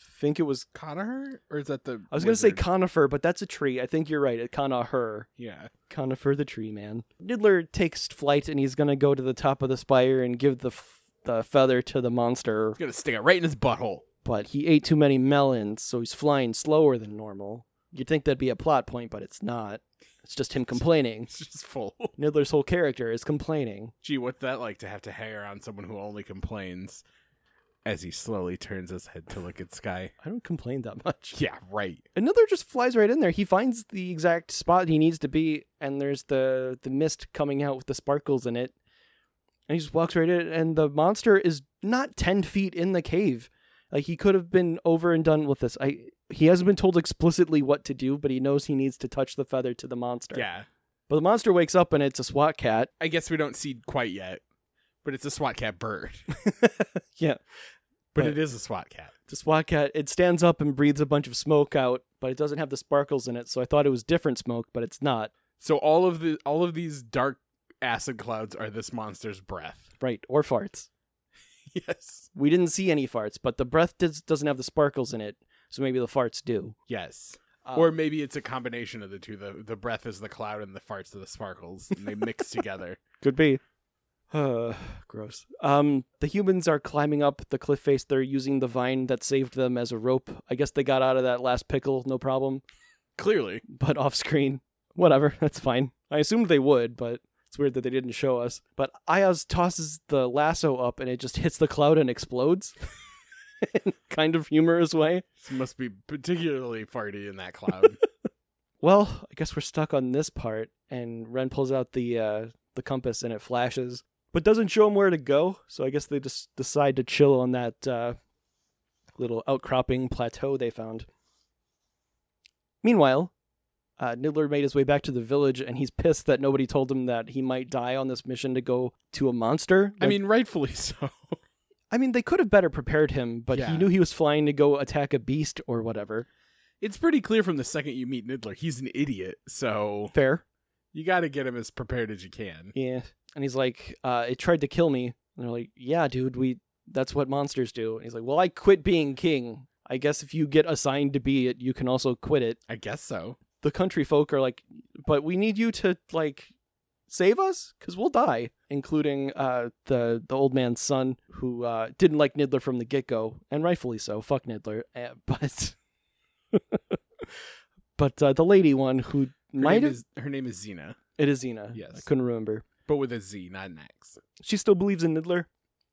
Speaker 2: think it was.
Speaker 3: Conifer, or is that the?
Speaker 2: I was gonna say
Speaker 3: wizard?
Speaker 2: conifer, but that's a tree. I think you're right. It conifer.
Speaker 3: yeah.
Speaker 2: Conifer the tree man. Diddler takes flight and he's gonna go to the top of the spire and give the f- the feather to the monster.
Speaker 3: It's gonna stick it right in his butthole.
Speaker 2: But he ate too many melons, so he's flying slower than normal. You'd think that'd be a plot point, but it's not. It's just him complaining.
Speaker 3: It's just full.
Speaker 2: Niddler's whole character is complaining.
Speaker 3: Gee, what's that like to have to hang around someone who only complains? As he slowly turns his head to look at Sky.
Speaker 2: I don't complain that much.
Speaker 3: Yeah, right.
Speaker 2: And Niddler just flies right in there. He finds the exact spot he needs to be, and there's the the mist coming out with the sparkles in it. And he just walks right in, and the monster is not ten feet in the cave. Like he could have been over and done with this. I he hasn't been told explicitly what to do, but he knows he needs to touch the feather to the monster.
Speaker 3: Yeah.
Speaker 2: But the monster wakes up and it's a SWAT cat.
Speaker 3: I guess we don't see quite yet, but it's a SWAT cat bird.
Speaker 2: Yeah.
Speaker 3: But
Speaker 2: Right.
Speaker 3: it is a SWAT cat.
Speaker 2: It's a SWAT cat. It stands up and breathes a bunch of smoke out, but it doesn't have the sparkles in it, so I thought it was different smoke, but it's not.
Speaker 3: So all of the all of these dark acid clouds are this monster's breath.
Speaker 2: Right. Or farts.
Speaker 3: Yes.
Speaker 2: We didn't see any farts, but the breath does, doesn't have the sparkles in it, so maybe the farts do.
Speaker 3: Yes.
Speaker 2: Uh,
Speaker 3: or maybe it's a combination of the two. The the breath is the cloud and the farts are the sparkles. And they mix together.
Speaker 2: could be. gross. Um, the humans are climbing up the cliff face. They're using the vine that saved them as a rope. I guess they got out of that last pickle, no problem.
Speaker 3: Clearly.
Speaker 2: But off screen, whatever. That's fine. I assumed they would, but it's weird that they didn't show us. But Ayaz tosses the lasso up, and it just hits the cloud and explodes. in a kind of humorous way.
Speaker 3: This must be particularly farty in that cloud.
Speaker 2: well, I guess we're stuck on this part. And Ren pulls out the uh, the compass and it flashes, but doesn't show him where to go. So I guess they just decide to chill on that uh, little outcropping plateau they found. Meanwhile, uh, Niddler made his way back to the village, and he's pissed that nobody told him that he might die on this mission to go to a monster.
Speaker 3: I
Speaker 2: Like,
Speaker 3: mean, rightfully so.
Speaker 2: I mean, they could have better prepared him, but
Speaker 3: Yeah.
Speaker 2: he knew he was flying to go attack a beast or whatever.
Speaker 3: It's pretty clear from the second you meet Niddler, he's an idiot. So
Speaker 2: Fair.
Speaker 3: you got to get him as prepared as you can.
Speaker 2: Yeah. And he's like, uh, it tried to kill me. And they're like, yeah, dude, we that's what monsters do. And he's like, well, I quit being king. I guess if you get assigned to be it, you can also quit it.
Speaker 3: I guess so.
Speaker 2: The country folk are like, but we need you to like save us because we'll die, including uh, the the old man's son who uh, didn't like Niddler from the get go, and rightfully so. Fuck Niddler, uh, but but uh, the lady one who
Speaker 3: Her
Speaker 2: might
Speaker 3: name
Speaker 2: have
Speaker 3: is her name is Xena,
Speaker 2: it is Xena.
Speaker 3: Yes.
Speaker 2: I couldn't remember.
Speaker 3: but with a Z, not an X.
Speaker 2: she still believes in Niddler,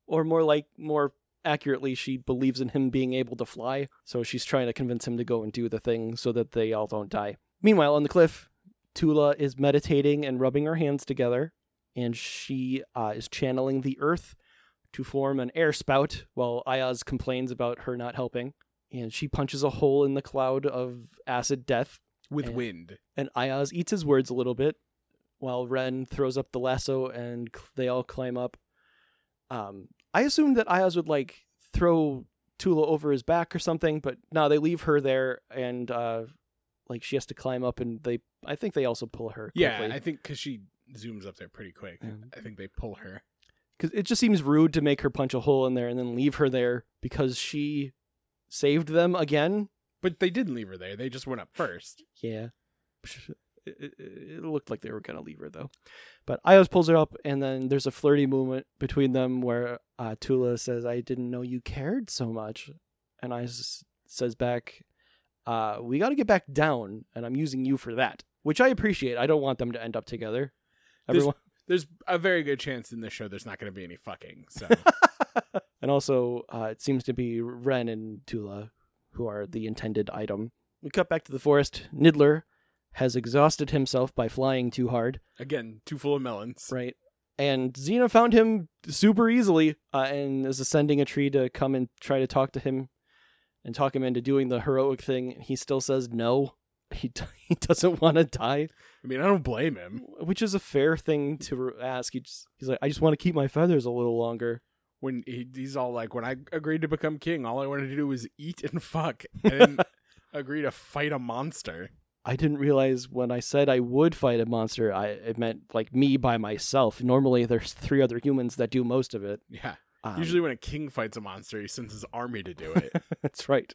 Speaker 2: or more like more accurately, she believes in him being able to fly. So she's trying to convince him to go and do the thing so that they all don't die. Meanwhile, on the cliff, Tula is meditating and rubbing her hands together, and she uh, is channeling the earth to form an air spout while Ayaz complains about her not helping. And she punches a hole in the cloud of acid death
Speaker 3: With
Speaker 2: And-
Speaker 3: wind.
Speaker 2: and Ayaz eats his words a little bit while Ren throws up the lasso and c- they all climb up. Um, I assumed that Ayaz would like throw Tula over his back or something, but no, they leave her there and uh, like she has to climb up and they I think they also pull her
Speaker 3: Yeah,
Speaker 2: quickly.
Speaker 3: I think because she zooms up there pretty quick.
Speaker 2: Yeah.
Speaker 3: I think they pull her.
Speaker 2: because it just seems rude to make her punch a hole in there and then leave her there because she saved them again.
Speaker 3: But they didn't leave her there. They just went up first.
Speaker 2: Yeah. It, it- it looked like they were going to leave her, though. But Ios pulls her up, and then there's a flirty moment between them where uh, Tula says, I didn't know you cared so much. And Ios says back, uh, We got to get back down, and I'm using you for that, which I appreciate. I don't want them to end up together.
Speaker 3: This-
Speaker 2: Everyone.
Speaker 3: There's a very good chance in this show there's not going to be any fucking. So
Speaker 2: and also, uh, it seems to be Ren and Tula who are the intended item. We cut back to the forest. Niddler has exhausted himself by flying too hard.
Speaker 3: again, too full of melons.
Speaker 2: Right. And Xena found him super easily uh, and is ascending a tree to come and try to talk to him and talk him into doing the heroic thing. He still says no. He, d- he doesn't want to die,
Speaker 3: I mean, I don't blame him.
Speaker 2: which is a fair thing to re- ask. He just, he's like, I just want to keep my feathers a little longer.
Speaker 3: When he, he's all like, "When I agreed to become king, all I wanted to do was eat and fuck, and then agree to fight a monster."
Speaker 2: I didn't realize when I said I would fight a monster, I it meant like me by myself. Normally, there's three other humans that do most of it.
Speaker 3: Yeah,
Speaker 2: Um,
Speaker 3: Usually, when a king fights a monster, he sends his army to do it.
Speaker 2: that's right.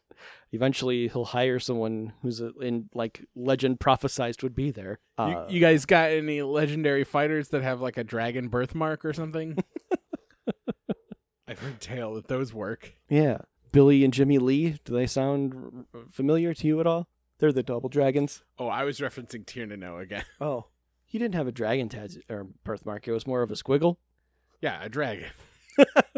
Speaker 2: Eventually, he'll hire someone who's uh, in like legend prophesized would be there. Uh,
Speaker 3: you, you guys got any legendary fighters that have like a dragon birthmark or something? I've heard tale that those work.
Speaker 2: yeah, Billy and Jimmy Lee. Do they sound r- familiar to you at all? They're the double dragons.
Speaker 3: Oh, I was referencing Tierno again.
Speaker 2: Oh, he didn't have a dragon tattoo or birthmark. It was more of a squiggle.
Speaker 3: Yeah, a dragon.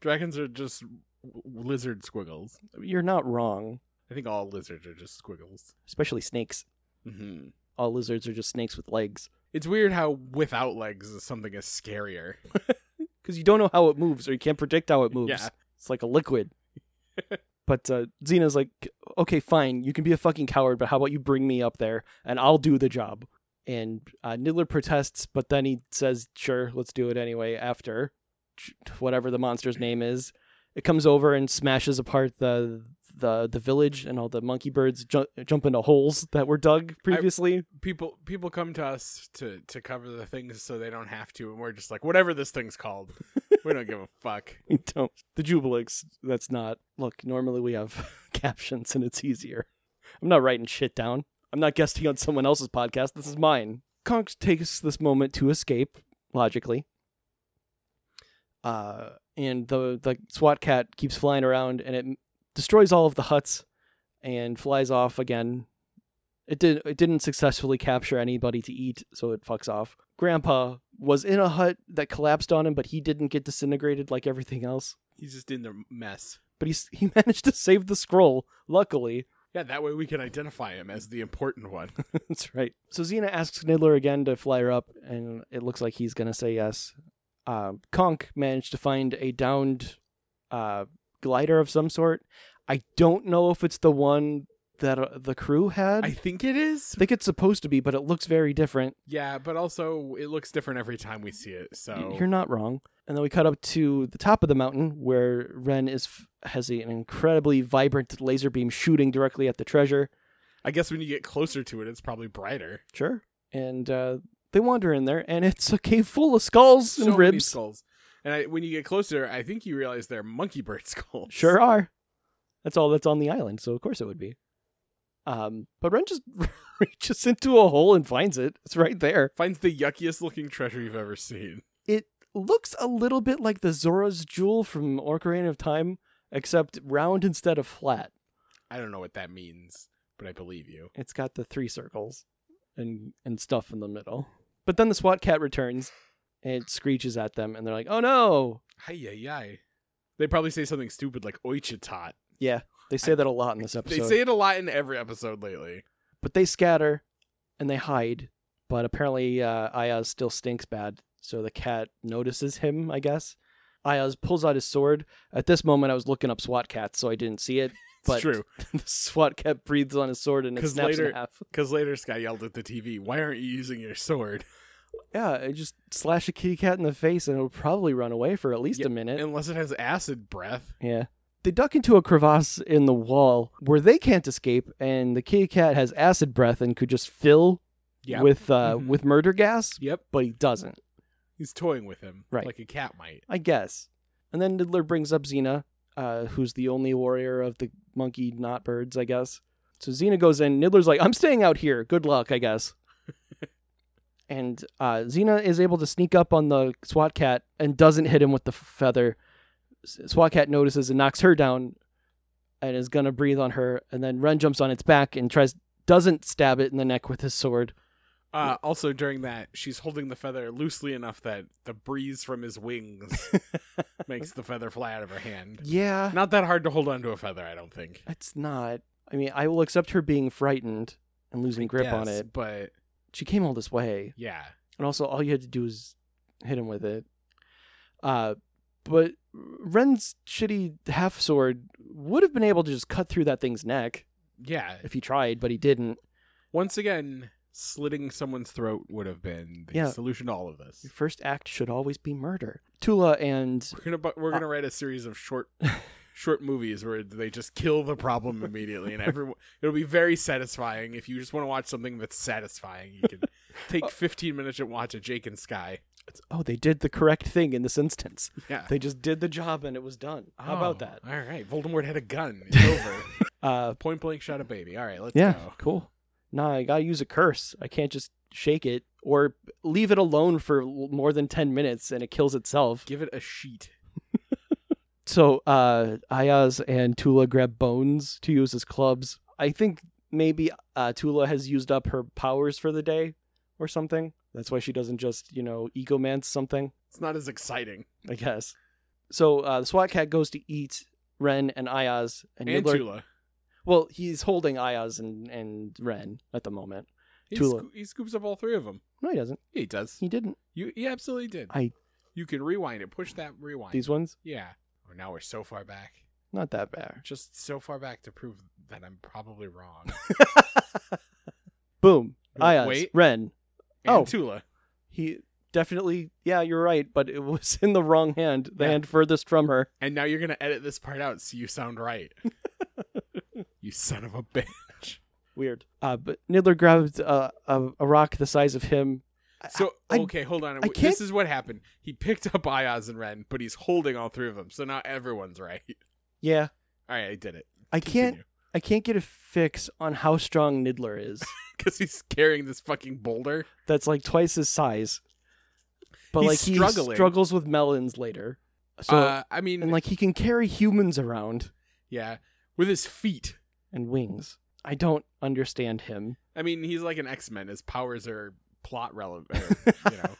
Speaker 3: Dragons are just w- lizard squiggles.
Speaker 2: You're not wrong.
Speaker 3: I think all lizards are just squiggles.
Speaker 2: Especially snakes.
Speaker 3: Mm-hmm.
Speaker 2: All lizards are just snakes with legs.
Speaker 3: It's weird how without legs is something is scarier.
Speaker 2: because you don't know how it moves or you can't predict how it moves.
Speaker 3: Yeah.
Speaker 2: It's like a liquid. but uh, Xena's like, okay, fine, you can be a fucking coward, but how about you bring me up there and I'll do the job? And uh, Niddler protests, but then he says, sure, let's do it anyway after ch- whatever the monster's name is. It comes over and smashes apart the the the village, and all the monkey birds ju- jump into holes that were dug previously.
Speaker 3: people people come to us to to cover the things so they don't have to, and we're just like whatever this thing's called. we don't give a fuck.
Speaker 2: We don't. The Jubilix, that's not. Look, normally we have captions and it's easier. I'm not writing shit down. I'm not guesting on someone else's podcast. This is mine. Conk takes this moment to escape, logically. Uh, and the, the SWAT cat keeps flying around and it m- destroys all of the huts and flies off again. It, did, it didn't successfully capture anybody to eat, so it fucks off. Grandpa was in a hut that collapsed on him, but he didn't get disintegrated like everything else
Speaker 3: He's just in the mess.
Speaker 2: but he's, he managed to save the scroll, luckily.
Speaker 3: Yeah, that way we can identify him as the important one.
Speaker 2: That's right. So Xena asks Nidler again to fly her up, and it looks like he's going to say yes. Um, Conk managed to find a downed uh, glider of some sort. I don't know if it's the one that uh, the crew had.
Speaker 3: I
Speaker 2: I
Speaker 3: think it is.
Speaker 2: think it's supposed to be, but it looks very different.
Speaker 3: Yeah, but also it looks different every time we see it.
Speaker 2: Y-
Speaker 3: So
Speaker 2: You're not wrong. And then we cut up to the top of the mountain where Ren is f- has a, an incredibly vibrant laser beam shooting directly at the treasure.
Speaker 3: I guess when you get closer to it, it's probably brighter.
Speaker 2: Sure. And uh, they wander in there, and it's a cave full of skulls
Speaker 3: So
Speaker 2: and
Speaker 3: many
Speaker 2: ribs.
Speaker 3: skulls. And I, when you get closer, I think you realize they're monkey bird skulls.
Speaker 2: Sure are. That's all that's on the island, so of course it would be. Um, but Ren just reaches into a hole and finds it. It's right there.
Speaker 3: Finds the yuckiest looking treasure you've ever seen.
Speaker 2: It looks a little bit like the Zora's Jewel from Ocarina of Time, except round instead of flat.
Speaker 3: I don't know what that means, but I believe you.
Speaker 2: It's got the three circles and and stuff in the middle. But then the SWAT cat returns and it screeches at them, and they're like, "Oh no!"
Speaker 3: Hi yay. They probably say something stupid like oichitot.
Speaker 2: Yeah, they say that a lot in this episode.
Speaker 3: They say it a lot in every episode lately.
Speaker 2: but they scatter and they hide. But apparently, uh, Ayaz still stinks bad, so the cat notices him. I guess Ayaz pulls out his sword. At this moment, I was looking up SWAT cats, so I didn't see it.
Speaker 3: It's
Speaker 2: But
Speaker 3: true.
Speaker 2: the SWAT cat breathes on his sword and it
Speaker 3: 'Cause
Speaker 2: snaps
Speaker 3: later-
Speaker 2: in half.
Speaker 3: Because later Sky yelled at the TV, Why aren't you using your sword?
Speaker 2: Yeah, it just slash a kitty cat in the face and it'll probably run away for at least
Speaker 3: Yeah,
Speaker 2: a minute.
Speaker 3: Unless it has acid breath.
Speaker 2: Yeah. They duck into a crevasse in the wall where they can't escape, and the kitty cat has acid breath and could just fill
Speaker 3: Yeah.
Speaker 2: with uh,
Speaker 3: Mhm.
Speaker 2: with murder gas,
Speaker 3: Yep.
Speaker 2: but he doesn't.
Speaker 3: He's toying with him.
Speaker 2: Right.
Speaker 3: Like a cat might.
Speaker 2: I guess. And then Diddler brings up Xena, uh, who's the only warrior of the monkey not birds, I guess. So Xena goes in. Niddler's like, I'm staying out here. Good luck, I guess. and uh, Xena is able to sneak up on the SWAT cat and doesn't hit him with the f- feather. S- SWAT cat notices and knocks her down and is going to breathe on her. And then Ren jumps on its back and tries, doesn't stab it in the neck with his sword.
Speaker 3: Uh, also, during that, she's holding the feather loosely enough that the breeze from his wings makes the feather fly out of her hand.
Speaker 2: Yeah.
Speaker 3: Not that hard to hold onto a feather, I don't think.
Speaker 2: It's not. I mean, I will accept her being frightened and losing grip on
Speaker 3: Yes,
Speaker 2: it.
Speaker 3: But
Speaker 2: She came all this way,
Speaker 3: yeah.
Speaker 2: and also all you had to do was hit him with it. Uh, but Ren's shitty half sword would have been able to just cut through that thing's neck
Speaker 3: Yeah.
Speaker 2: if he tried, but he didn't.
Speaker 3: Once again, slitting someone's throat would have been the
Speaker 2: Yeah.
Speaker 3: solution to all of this.
Speaker 2: Your first act should always be murder. Tula and
Speaker 3: We're gonna bu-
Speaker 2: Ah.
Speaker 3: we're gonna write a series of short short movies where they just kill the problem immediately, and everyone it'll be very satisfying. If you just want to watch something that's satisfying, you can
Speaker 2: Uh,
Speaker 3: Take 15 minutes and watch a Jake and Sky.
Speaker 2: It's, oh, they did the correct thing in this instance.
Speaker 3: Yeah.
Speaker 2: They just did the job and it was done. How
Speaker 3: Oh,
Speaker 2: about that?
Speaker 3: All right. Voldemort had a gun. It's over.
Speaker 2: Uh,
Speaker 3: Point blank shot a baby. All right, let's
Speaker 2: yeah,
Speaker 3: go.
Speaker 2: cool. Nah, I gotta use a curse. I can't just shake it or leave it alone for l- more than ten minutes and it kills itself.
Speaker 3: Give it a sheet.
Speaker 2: So uh, Ayaz and Tula grab bones to use as clubs. I think maybe uh, Tula has used up her powers for the day or something. That's why she doesn't just you know egomance something.
Speaker 3: It's not as exciting.
Speaker 2: I guess. So uh, the SWAT cat goes to eat Ren and Ayaz, and,
Speaker 3: And
Speaker 2: Nibbler-
Speaker 3: Tula.
Speaker 2: Well, he's holding Ayaz and and Ren at the moment.
Speaker 3: He,
Speaker 2: Tula.
Speaker 3: sco- he scoops up all three of them.
Speaker 2: No, he doesn't.
Speaker 3: He does.
Speaker 2: He didn't.
Speaker 3: You he absolutely did.
Speaker 2: I-
Speaker 3: You can rewind it. Push that rewind.
Speaker 2: These ones,
Speaker 3: Yeah. Oh, now we're so far back.
Speaker 2: not that bad.
Speaker 3: Just so far back to prove that I'm probably wrong.
Speaker 2: Boom. Ayaz,
Speaker 3: Wait.
Speaker 2: Ren.
Speaker 3: And
Speaker 2: Oh.
Speaker 3: Tula.
Speaker 2: He definitely. Yeah, you're right, but it was in the wrong hand. The
Speaker 3: Yeah.
Speaker 2: hand furthest from her.
Speaker 3: And now you're gonna edit this part out so you sound right. you son of a bitch.
Speaker 2: Weird. Uh, but Nidler grabs uh, a, a rock the size of him.
Speaker 3: So
Speaker 2: I-
Speaker 3: okay, hold on.
Speaker 2: I
Speaker 3: This
Speaker 2: can't-
Speaker 3: is what happened. He picked up Ayaz and Ren, but he's holding all three of them. So now everyone's right.
Speaker 2: Yeah,
Speaker 3: All right, I did it.
Speaker 2: I can't. I can't get a fix on how strong Nidler is.
Speaker 3: because he's carrying this fucking boulder.
Speaker 2: that's like twice his size. But
Speaker 3: He's
Speaker 2: like he
Speaker 3: struggling.
Speaker 2: struggles with melons later. So
Speaker 3: uh, I mean,
Speaker 2: and like he can carry humans around
Speaker 3: yeah, with his feet.
Speaker 2: and wings. I don't understand him.
Speaker 3: I mean, he's like an X Men. His powers are plot relevant. or, you know,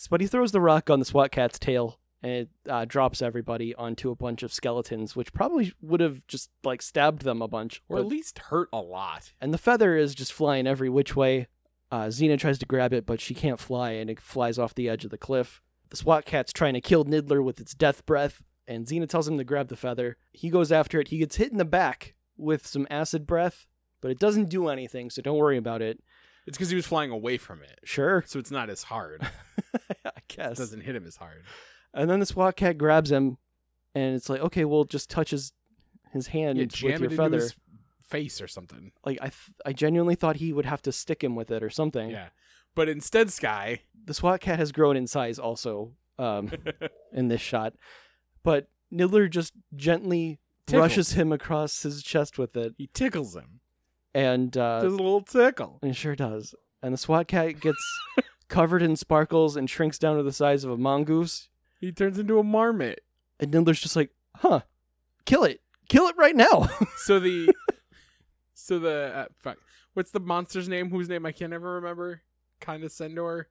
Speaker 2: S- But he throws the rock on the SWAT cat's tail and it uh, drops everybody onto a bunch of skeletons, which probably would have just like stabbed them a bunch.
Speaker 3: or at
Speaker 2: but-
Speaker 3: least hurt a lot.
Speaker 2: and the feather is just flying every which way. Uh, Xena tries to grab it, but she can't fly, and it flies off the edge of the cliff. The SWAT cat's trying to kill Niddler with its death breath, and Xena tells him to grab the feather. He goes after it. He gets hit in the back with some acid breath, but it doesn't do anything, so don't worry about it.
Speaker 3: It's because he was flying away from it,
Speaker 2: Sure,
Speaker 3: so it's not as hard.
Speaker 2: I
Speaker 3: It
Speaker 2: guess.
Speaker 3: doesn't hit him as hard.
Speaker 2: And then the SWAT cat grabs him, and it's like, okay, well, just touch his, his hand
Speaker 3: Yeah,
Speaker 2: with
Speaker 3: jam
Speaker 2: your
Speaker 3: it
Speaker 2: feather.
Speaker 3: into his face or something.
Speaker 2: Like I, th- I genuinely thought he would have to stick him with it or something.
Speaker 3: Yeah, but instead, Sky.
Speaker 2: the SWAT cat has grown in size also um, in this shot, but Nidler just gently
Speaker 3: Tickle.
Speaker 2: rushes him across his chest with it,
Speaker 3: He tickles him.
Speaker 2: and uh,
Speaker 3: Does a little tickle.
Speaker 2: and it sure does. And the SWAT cat gets covered in sparkles and shrinks down to the size of a mongoose.
Speaker 3: He turns into a marmot.
Speaker 2: And Nidler's just like, "Huh, kill it, kill it right now."
Speaker 3: So the, so the uh, fuck. What's the monster's name? Whose name I can never remember. Condescendor.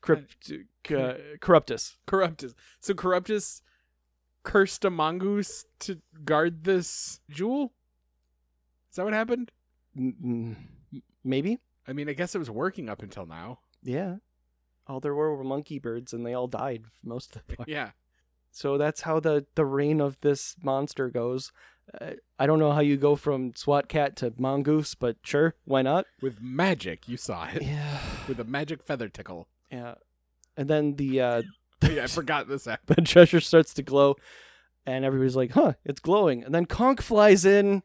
Speaker 2: Crypt, uh, Corruptus.
Speaker 3: Corruptus. So Corruptus cursed a mongoose to guard this jewel? Is that what happened?
Speaker 2: Mm, mm, Maybe,
Speaker 3: I mean, I guess it was working up until now.
Speaker 2: yeah. All there were were monkey birds, and they all died for most of the part.
Speaker 3: Yeah.
Speaker 2: So that's how the the reign of this monster goes. Uh, I don't know how you go from SWAT cat to mongoose, but sure, why not?
Speaker 3: With magic, you saw it.
Speaker 2: Yeah,
Speaker 3: With a magic feather tickle.
Speaker 2: yeah. And then the uh,
Speaker 3: Yeah, I forgot this act.
Speaker 2: the treasure starts to glow, and everybody's like, "Huh, it's glowing." And then Conk flies in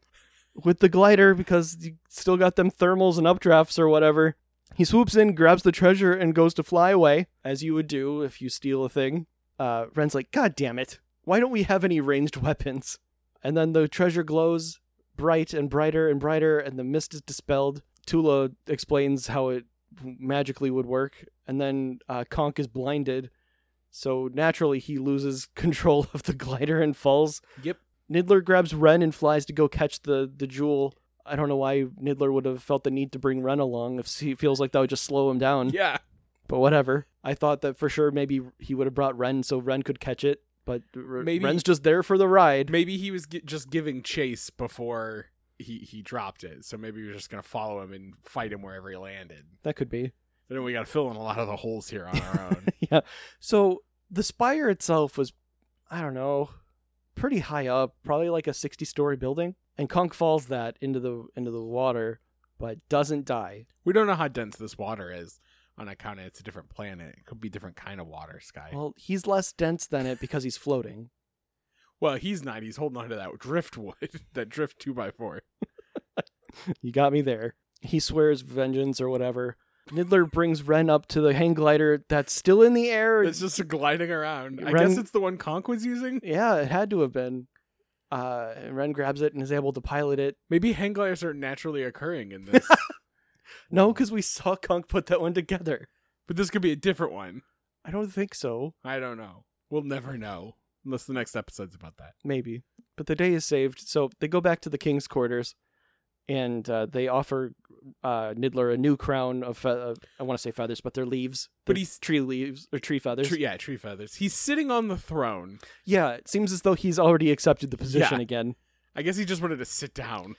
Speaker 2: with the glider because you still got them thermals and updrafts or whatever. He swoops in, grabs the treasure, and goes to fly away, as you would do if you steal a thing. Uh, Ren's like, God damn it. Why don't we have any ranged weapons? And then the treasure glows bright and brighter and brighter, and the mist is dispelled. Tula explains how it magically would work, and then uh, Conk is blinded. So naturally, he loses control of the glider and falls.
Speaker 3: Yep.
Speaker 2: Nidler grabs Ren and flies to go catch the, the jewel. I don't know why Nidler would have felt the need to bring Ren along if he feels like that would just slow him down
Speaker 3: Yeah.
Speaker 2: but whatever. I thought that for sure maybe he would have brought Ren so Ren could catch it, but R-
Speaker 3: Maybe-
Speaker 2: Ren's just there for the ride.
Speaker 3: Maybe he was gi- just giving chase before he, he dropped it. So maybe he was just going to follow him and fight him wherever he landed.
Speaker 2: That could be.
Speaker 3: And then we got to fill in a lot of the holes here on our own.
Speaker 2: yeah. So the spire itself was, I don't know, pretty high up, probably like a sixty-story building, and Kunk falls that into the into the water, but doesn't die.
Speaker 3: We don't know how dense this water is on account of it's a different planet. It could be different kind of water, Sky. Well,
Speaker 2: Well, he's less dense than it because he's floating.
Speaker 3: he's not. He's holding on to that driftwood, that drift two by four.
Speaker 2: You got me there. He swears vengeance or whatever. Nidler brings Ren up to the hang glider that's still in the air.
Speaker 3: It's just gliding around. I
Speaker 2: Ren-
Speaker 3: guess it's the one Conk was using.
Speaker 2: yeah, it had to have been. Uh, and Ren grabs it and is able to pilot it.
Speaker 3: Maybe hang gliders are naturally occurring in this,
Speaker 2: No, because we saw Kunk put that one together.
Speaker 3: but this could be a different one.
Speaker 2: I don't think so.
Speaker 3: I don't know. We'll never know unless the next episode's about that.
Speaker 2: Maybe. But the day is saved. So they go back to the king's quarters and uh, they offer uh, Nidler a new crown of, fe- of I want to say feathers, but they're leaves.
Speaker 3: But
Speaker 2: They're
Speaker 3: he's-
Speaker 2: tree leaves or tree feathers.
Speaker 3: Tree, yeah, tree feathers. He's sitting on the throne.
Speaker 2: Yeah, it seems as though he's already accepted the position
Speaker 3: Yeah.
Speaker 2: again.
Speaker 3: I guess he just wanted to sit down.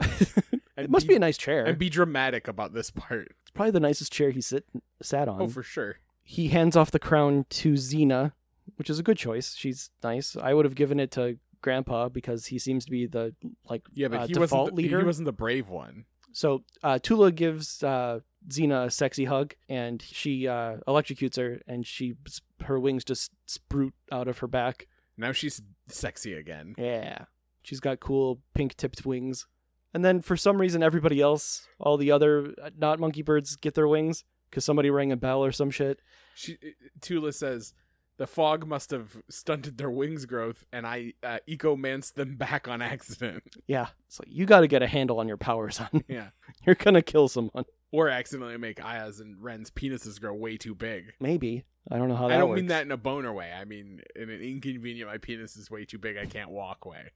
Speaker 3: and
Speaker 2: It must be a nice chair.
Speaker 3: and be dramatic about this part.
Speaker 2: it's probably the nicest chair he sit sat on.
Speaker 3: Oh, for sure.
Speaker 2: he hands off the crown to Xena, which is a good choice. She's nice. I would have given it to Grandpa because he seems to be the like
Speaker 3: Yeah, but
Speaker 2: uh,
Speaker 3: he
Speaker 2: default
Speaker 3: wasn't. The,
Speaker 2: leader.
Speaker 3: He wasn't the brave one.
Speaker 2: So uh, Tula gives uh, Xena a sexy hug, and she uh, electrocutes her, and she her wings just sprout out of her back.
Speaker 3: Now she's sexy again.
Speaker 2: Yeah, she's got cool pink tipped wings. And then for some reason, everybody else, all the other uh, not monkey birds, get their wings because somebody rang a bell or some shit.
Speaker 3: She uh, Tula says the fog must have stunted their wings growth, and I uh, ecomanced them back on accident.
Speaker 2: Yeah, it's like you got to get a handle on your powers, on
Speaker 3: yeah,
Speaker 2: you're gonna kill someone.
Speaker 3: or accidentally make Aya's and Ren's penises grow way too big.
Speaker 2: Maybe I don't know how Oh, that
Speaker 3: I don't
Speaker 2: works.
Speaker 3: mean that in a boner way. I mean in an inconvenient. My penis is way too big. I can't walk way.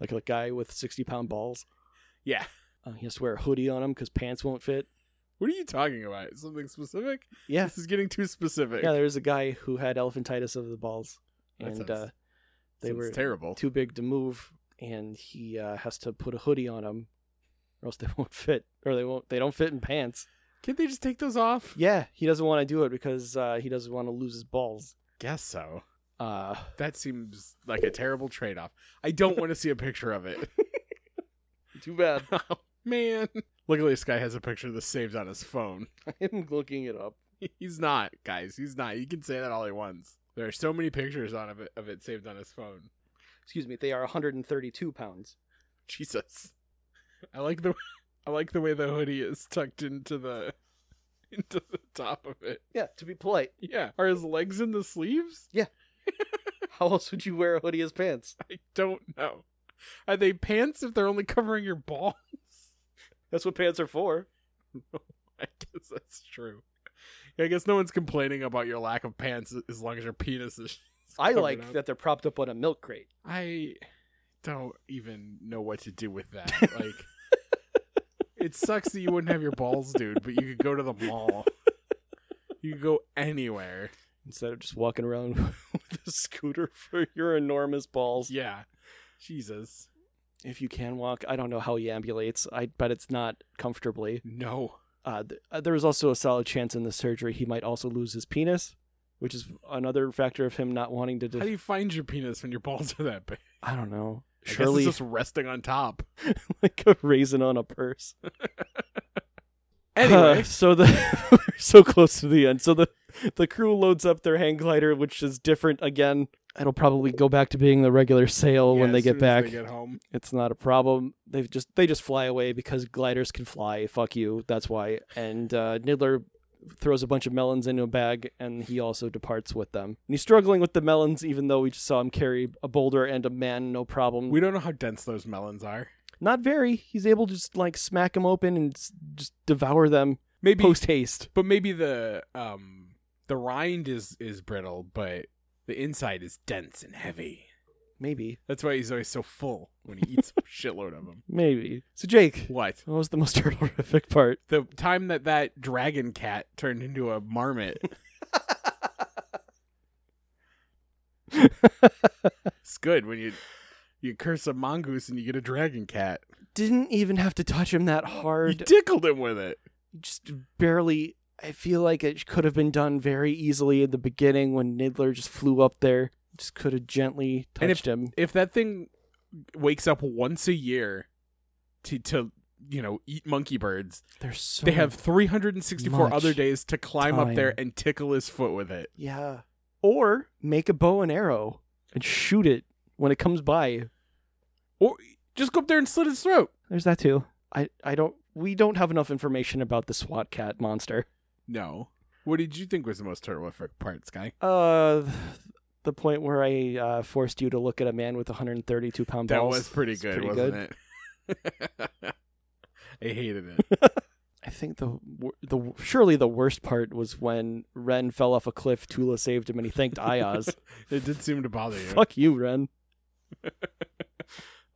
Speaker 2: Like the guy with sixty pound balls,
Speaker 3: Yeah.
Speaker 2: uh, he has to wear a hoodie on him because pants won't fit.
Speaker 3: What are you talking about? Something specific?
Speaker 2: Yeah,
Speaker 3: This is getting too specific.
Speaker 2: Yeah, there was a guy who had elephantitis of the balls,
Speaker 3: That
Speaker 2: and
Speaker 3: sounds-
Speaker 2: uh, they
Speaker 3: Sounds
Speaker 2: were
Speaker 3: terrible.
Speaker 2: too big to move, and he uh, has to put a hoodie on them, or else they won't fit, or they won't they don't fit in pants.
Speaker 3: Can't they just take those off?
Speaker 2: Yeah, he doesn't want to do it because uh, he doesn't want to lose his balls.
Speaker 3: Guess so.
Speaker 2: Uh,
Speaker 3: That seems like a terrible trade off. I don't want to see a picture of it.
Speaker 2: too bad.
Speaker 3: oh, man. Luckily, this guy has a picture of this saved on his phone.
Speaker 2: I'm looking it up.
Speaker 3: He's not, guys. He's not. You can say that all he wants. There are so many pictures on of it, of it saved on his phone.
Speaker 2: Excuse me. They are 132 pounds.
Speaker 3: Jesus. I like the I like the way the hoodie is tucked into the into the top of it.
Speaker 2: Yeah, to be polite.
Speaker 3: Yeah. Are his legs in the sleeves?
Speaker 2: How else would you wear a hoodie as pants?
Speaker 3: I don't know. Are they pants if they're only covering your balls?
Speaker 2: That's what pants are for.
Speaker 3: I guess that's true. Yeah, I guess no one's complaining about your lack of pants as long as your penis is.
Speaker 2: I
Speaker 3: covered
Speaker 2: like
Speaker 3: up.
Speaker 2: that they're propped up on a milk crate.
Speaker 3: I don't even know what to do with that. Like, it sucks that you wouldn't have your balls, dude, but you could go to the mall. You could go anywhere.
Speaker 2: instead of just walking around with a scooter for your enormous balls.
Speaker 3: Yeah. Jesus.
Speaker 2: If you can walk, I don't know how he ambulates. I bet it's not comfortably.
Speaker 3: No.
Speaker 2: Uh, th- uh, there was also a solid chance in the surgery he might also lose his penis, which is another factor of him not wanting to.
Speaker 3: How do
Speaker 2: Dis-
Speaker 3: you find your penis when your balls are that big?
Speaker 2: I don't know.
Speaker 3: I guess
Speaker 2: Surely,
Speaker 3: it's just resting on top.
Speaker 2: like a raisin on a purse.
Speaker 3: Anyway,
Speaker 2: Uh, so the we're so close to the end. So the the crew loads up their hang glider, which is different again. It'll probably go back to being the regular sail
Speaker 3: Yeah,
Speaker 2: when they
Speaker 3: as
Speaker 2: get
Speaker 3: soon as
Speaker 2: back.
Speaker 3: they get home.
Speaker 2: it's not a problem. They've just they just fly away because gliders can fly. Fuck you. That's why. And uh, Nidler throws a bunch of melons into a bag, and he also departs with them. And he's struggling with the melons, even though we just saw him carry a boulder and a man, no problem.
Speaker 3: We don't know how dense those melons are.
Speaker 2: not very. He's able to just like smack them open and s- just devour them
Speaker 3: Maybe
Speaker 2: post haste.
Speaker 3: But maybe the um the rind is is brittle, but the inside is dense and heavy.
Speaker 2: Maybe,
Speaker 3: That's why he's always so full when he eats a shitload of them.
Speaker 2: maybe. So Jake,
Speaker 3: What?
Speaker 2: what was the most horrific part?
Speaker 3: The time that that dragon cat turned into a marmot. it's good when you you curse a mongoose and you get a dragon cat.
Speaker 2: Didn't even have to touch him that
Speaker 3: You
Speaker 2: hard.
Speaker 3: tickled him with it.
Speaker 2: just barely I feel like it could have been done very easily at the beginning when Nidler just flew up there. Just could have gently
Speaker 3: And
Speaker 2: touched him.
Speaker 3: If that thing wakes up once a year to to you know eat monkey birds,
Speaker 2: There's so
Speaker 3: They have 364
Speaker 2: much
Speaker 3: other days to climb up there
Speaker 2: time.
Speaker 3: and tickle his foot with it.
Speaker 2: Yeah. Or make a bow and arrow and shoot it when it comes by.
Speaker 3: Or just go up there and slit his throat.
Speaker 2: There's that too. I I don't we don't have enough information about the SWAT cat monster.
Speaker 3: No. What did you think was the most terrific part, Sky?
Speaker 2: Uh, th- the point where I uh, forced you to look at a man with 132 pound
Speaker 3: That
Speaker 2: balls.
Speaker 3: was pretty
Speaker 2: It's
Speaker 3: good,
Speaker 2: pretty
Speaker 3: wasn't
Speaker 2: good.
Speaker 3: it? I hated it.
Speaker 2: I think the wor- the surely the worst part was when Ren fell off a cliff. Tula saved him, and he thanked Ayaz.
Speaker 3: it did seem to bother you.
Speaker 2: Fuck you, Ren.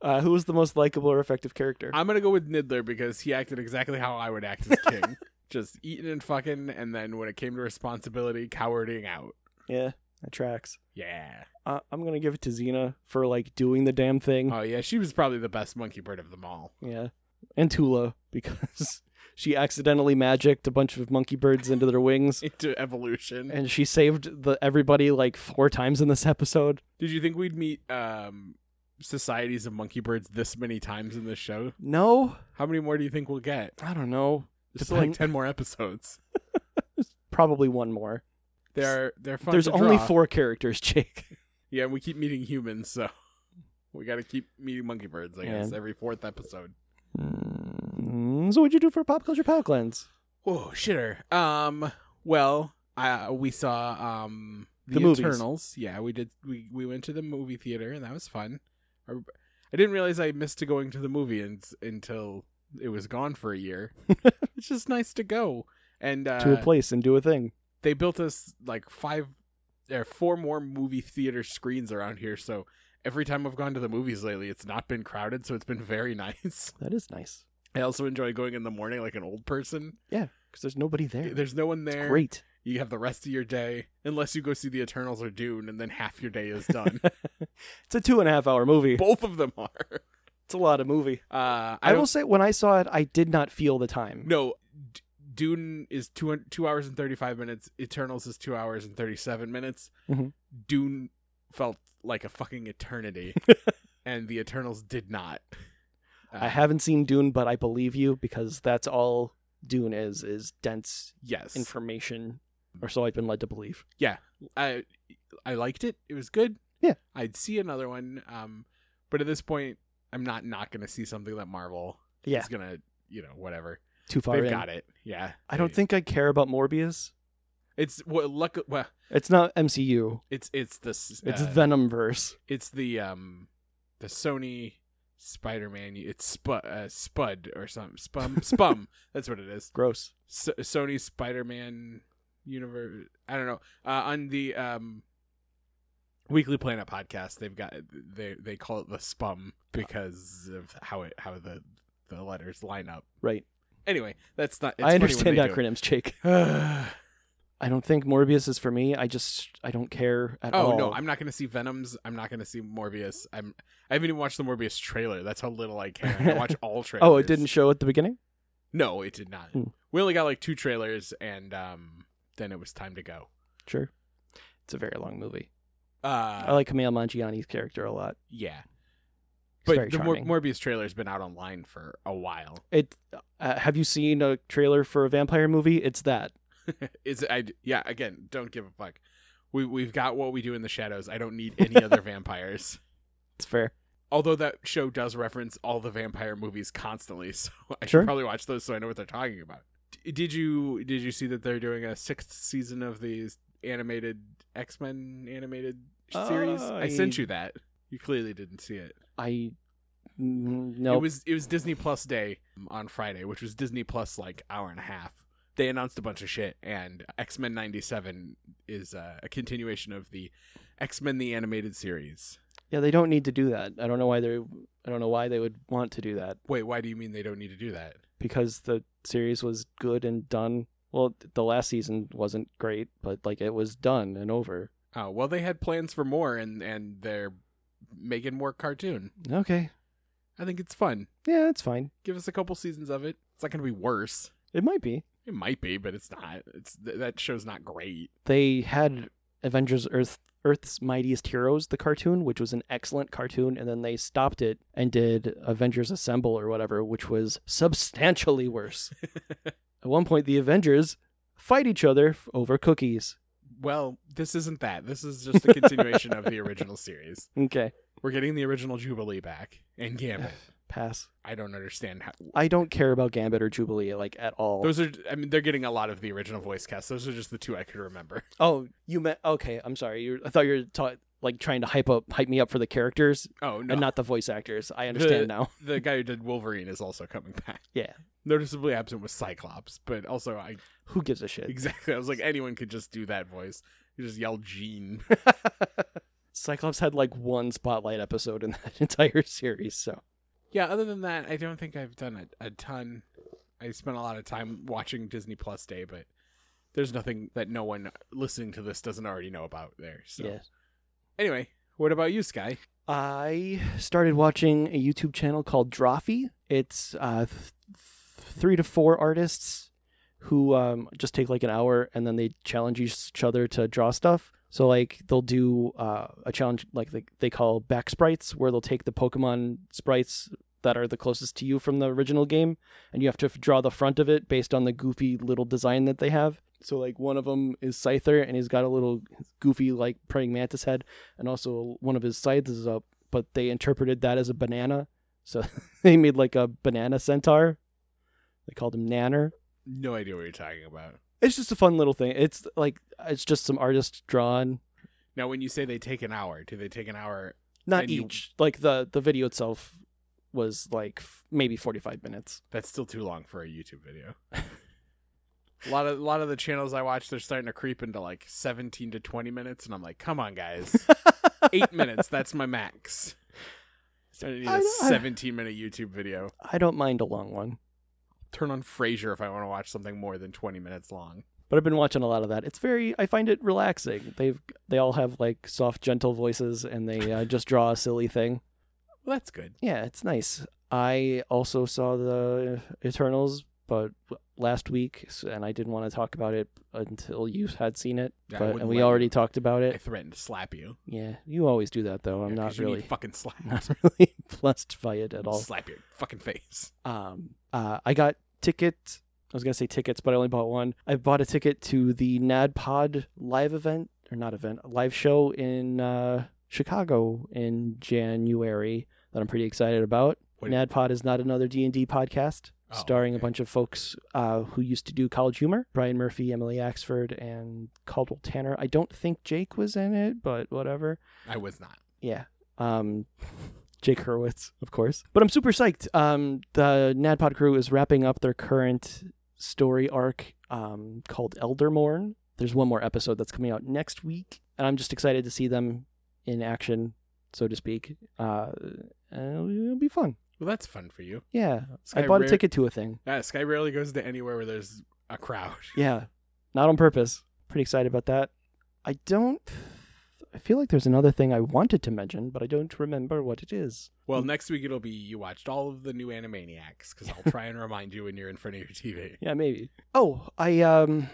Speaker 2: uh, who was the most likable or effective character?
Speaker 3: I'm gonna go with Nidler because he acted exactly how I would act as king. Just eating and fucking, and then when it came to responsibility, cowarding out.
Speaker 2: yeah, that tracks.
Speaker 3: Yeah.
Speaker 2: Uh, I'm gonna give it to Xena for like doing the damn thing.
Speaker 3: Oh yeah, she was probably the best monkey bird of them all.
Speaker 2: Yeah, and Tula because she accidentally magicked a bunch of monkey birds into their wings,
Speaker 3: Into evolution.
Speaker 2: and she saved the everybody like four times in this episode.
Speaker 3: Did you think we'd meet um societies of monkey birds this many times in this show?
Speaker 2: No,
Speaker 3: How many more do you think we'll get?
Speaker 2: I don't know.
Speaker 3: There's still like
Speaker 2: Depend-
Speaker 3: ten more episodes.
Speaker 2: Probably one more.
Speaker 3: They're they're fun.
Speaker 2: There's
Speaker 3: to
Speaker 2: only
Speaker 3: draw.
Speaker 2: four characters, Jake.
Speaker 3: Yeah, and we keep meeting humans, so we got to keep meeting monkey birds. I guess
Speaker 2: Yeah.
Speaker 3: every fourth episode.
Speaker 2: Mm, so what'd you do for pop culture palate cleanse?
Speaker 3: Whoa, shitter. Um, well, I we saw um
Speaker 2: The movies.
Speaker 3: Eternals. Yeah, we did. We we went to the movie theater, and that was fun. I, I didn't realize I missed going to the movie un until it was gone for a year. it's just nice to go and uh,
Speaker 2: to a place and do a thing.
Speaker 3: they built us like five or four more movie theater screens around here so every time i've gone to the movies lately it's not been crowded so it's been very nice
Speaker 2: That is nice
Speaker 3: i also enjoy going in the morning like an old person
Speaker 2: because there's nobody there.
Speaker 3: there's no one there
Speaker 2: Great.
Speaker 3: you have the rest of your day unless you go see the eternals or dune and then half your day is done
Speaker 2: It's a two and a half hour movie.
Speaker 3: both of them are
Speaker 2: It's a lot of movie.
Speaker 3: uh
Speaker 2: I,
Speaker 3: i,
Speaker 2: will
Speaker 3: don't
Speaker 2: say, when I saw it, I did not feel the time.
Speaker 3: no D- dune is two, two hours and 35 minutes eternals is two hours and 37 minutes
Speaker 2: Mhm.
Speaker 3: dune felt like a fucking eternity and the Eternals did not. Uh,
Speaker 2: I haven't seen Dune, but I believe you because that's all Dune is is dense
Speaker 3: Yes,
Speaker 2: information, or so I've been led to believe.
Speaker 3: I I liked it. It was good.
Speaker 2: Yeah.
Speaker 3: I'd see another one. Um, but at this point, I'm not not gonna see something that Marvel
Speaker 2: Yeah,
Speaker 3: is gonna you know whatever
Speaker 2: too far
Speaker 3: they've
Speaker 2: in.
Speaker 3: got it. Yeah,
Speaker 2: I don't
Speaker 3: They-
Speaker 2: think I care about Morbius.
Speaker 3: it's well. Luck. Well,
Speaker 2: It's not MCU.
Speaker 3: it's it's this.
Speaker 2: It's
Speaker 3: uh,
Speaker 2: Venom verse.
Speaker 3: it's the um the Sony Spider-Man. It's Spud uh, Spud or something. Spum Spum. That's what it is.
Speaker 2: Gross.
Speaker 3: S- Sony Spider-Man universe. I don't know. Uh, on the um, Weekly Planet podcast, they've got they they call it the Spum because of how it how the the letters line up.
Speaker 2: Right.
Speaker 3: Anyway, that's not. It's
Speaker 2: I understand
Speaker 3: funny when
Speaker 2: acronyms, Jake.
Speaker 3: they do it.
Speaker 2: I don't think Morbius is for me. I just I don't care at all.
Speaker 3: oh no, I'm not going to see Venom's. I'm not going to see Morbius. I'm. I haven't even watched the Morbius trailer. That's how little I care. I watch all trailers.
Speaker 2: Oh, it didn't show at the beginning.
Speaker 3: No, it did not.
Speaker 2: Hmm.
Speaker 3: We only got like two trailers, and um, then it was time to go.
Speaker 2: Sure. It's a very long movie.
Speaker 3: Uh,
Speaker 2: I like Camille Mangiani's character a lot.
Speaker 3: yeah.
Speaker 2: It's very
Speaker 3: But the Mor-
Speaker 2: charming.
Speaker 3: Morbius trailer's been out online for a while.
Speaker 2: it uh, have you seen a trailer for a vampire movie? It's that.
Speaker 3: Is I yeah again don't give a fuck. We we've got what we do in the shadows. I don't need any other vampires.
Speaker 2: It's fair.
Speaker 3: Although that show does reference all the vampire movies constantly, so I
Speaker 2: Sure.
Speaker 3: should probably watch those so I know what they're talking about. D- did you did you see that they're doing a sixth season of these animated X Men animated series?
Speaker 2: Oh,
Speaker 3: I sent
Speaker 2: I-
Speaker 3: you that. You clearly didn't see it.
Speaker 2: I mm, no.
Speaker 3: It was it was Disney Plus Day on Friday, which was Disney Plus like hour and a half. They announced a bunch of shit, and X Men '97 is uh, a continuation of the X Men the animated series.
Speaker 2: yeah, they don't need to do that. I don't know why they. I don't know why they would want to do that
Speaker 3: Wait, why do you mean they don't need to do that?
Speaker 2: because the series was good and done. Well, the last season wasn't great, but like it was done and over.
Speaker 3: Oh well, they had plans for more, and and they're making more cartoon.
Speaker 2: Okay.
Speaker 3: I think it's fun.
Speaker 2: Yeah, it's fine.
Speaker 3: Give us a couple seasons of it. It's not gonna be worse.
Speaker 2: It might be.
Speaker 3: It might be, but it's not. It's th- that show's not great.
Speaker 2: They had Avengers Earth Earth's Mightiest Heroes, the cartoon, which was an excellent cartoon, and then they stopped it and did Avengers Assemble or whatever, which was substantially worse. At one point, the Avengers fight each other f- over cookies.
Speaker 3: Well, this isn't that. This is just a continuation of the original series.
Speaker 2: Okay.
Speaker 3: We're getting the original Jubilee back and Gambit.
Speaker 2: Pass.
Speaker 3: I don't understand how.
Speaker 2: I don't care about Gambit or Jubilee like at all.
Speaker 3: Those are, I mean, they're getting a lot of the original voice cast. Those are just the two I could remember.
Speaker 2: Oh, you meant okay. I'm sorry. You, I thought you were ta- like trying to hype up, hype me up for the characters
Speaker 3: Oh no,
Speaker 2: and not the voice actors. I understand now.
Speaker 3: the guy who did Wolverine is also coming back.
Speaker 2: Yeah.
Speaker 3: Noticeably absent was Cyclops, but also I
Speaker 2: Who gives a shit?
Speaker 3: exactly. I was like, anyone could just do that voice. You just yell Gene.
Speaker 2: Cyclops had like one spotlight episode in that entire series, so
Speaker 3: yeah. Other than that, I don't think I've done a, a ton. I spent a lot of time watching Disney Plus Day, but there's nothing that no one listening to this doesn't already know about there. So
Speaker 2: yeah.
Speaker 3: anyway, what about you, Sky?
Speaker 2: I started watching a YouTube channel called Drawfee. It's uh, th- three to four artists who um, just take like an hour and then they challenge each other to draw stuff. So like they'll do uh, a challenge like they, they call back sprites, where they'll take the Pokemon sprites that are the closest to you from the original game, and you have to f- draw the front of it based on the goofy little design that they have. So like one of them is Scyther, and he's got a little goofy like praying mantis head and also one of his scythes is up, but they interpreted that as a banana. So they made like a banana centaur. They called him Nanner.
Speaker 3: No idea what you're talking about.
Speaker 2: It's just a fun little thing. It's like it's just some artist drawn.
Speaker 3: Now, when you say they take an hour, do they take an hour?
Speaker 2: Not
Speaker 3: And you-
Speaker 2: each. Like the the video itself was like f- maybe 45 minutes.
Speaker 3: That's still too long for a YouTube video. a lot of a lot of the channels I watch, they're starting to creep into like 17 to 20 minutes, and I'm like, come on, guys, eight minutes, that's my max. I need
Speaker 2: I
Speaker 3: a
Speaker 2: don't-
Speaker 3: 17 minute YouTube video.
Speaker 2: I don't mind a long one,
Speaker 3: Turn on Frasier if I want to watch something more than 20 minutes long.
Speaker 2: but I've been watching a lot of that. It's very I find it relaxing. They've they all have like soft gentle voices and they uh, just draw a silly thing.
Speaker 3: Well, that's good.
Speaker 2: Yeah, it's nice. I also saw the Eternals, but last week, s- and I didn't want to talk about it until you had seen it.
Speaker 3: Yeah, I
Speaker 2: but
Speaker 3: wouldn't
Speaker 2: and we
Speaker 3: let
Speaker 2: already
Speaker 3: you.
Speaker 2: talked about
Speaker 3: I
Speaker 2: it.
Speaker 3: threatened to slap you.
Speaker 2: Yeah, you always do that though. I'm
Speaker 3: Yeah,
Speaker 2: not
Speaker 3: 'cause you need
Speaker 2: really,
Speaker 3: fucking slap.
Speaker 2: not really blessed by it at all.
Speaker 3: slap your fucking face.
Speaker 2: Um, uh, I got ticket. I was gonna say tickets, but I only bought one. I bought a ticket to the NADPOD live event or not event live show in uh, Chicago in January that I'm pretty excited about.
Speaker 3: What-
Speaker 2: NADPOD is not another D and D podcast,
Speaker 3: Oh,
Speaker 2: starring
Speaker 3: okay.
Speaker 2: a bunch of folks uh, who used to do College Humor: Brian Murphy, Emily Axford, and Caldwell Tanner. I don't think Jake was in it, but whatever.
Speaker 3: I was not.
Speaker 2: Yeah. Um, Jake Hurwitz, of course. But I'm super psyched. Um, the NADPOD crew is wrapping up their current story arc um, called Eldermorn. There's one more episode that's coming out next week, and I'm just excited to see them in action, so to speak. Uh, and it'll, it'll be fun.
Speaker 3: Well, that's fun for you.
Speaker 2: Yeah.
Speaker 3: Sky
Speaker 2: I bought
Speaker 3: rare-
Speaker 2: a ticket to a thing.
Speaker 3: Yeah, Sky rarely goes to anywhere where there's a crowd.
Speaker 2: Yeah. Not on purpose. Pretty excited about that. I don't. I feel like there's another thing I wanted to mention, but I don't remember what it is.
Speaker 3: Well, next week it'll be you watched all of the new Animaniacs because I'll try and remind you when you're in front of your TV.
Speaker 2: Yeah, maybe. Oh, I um,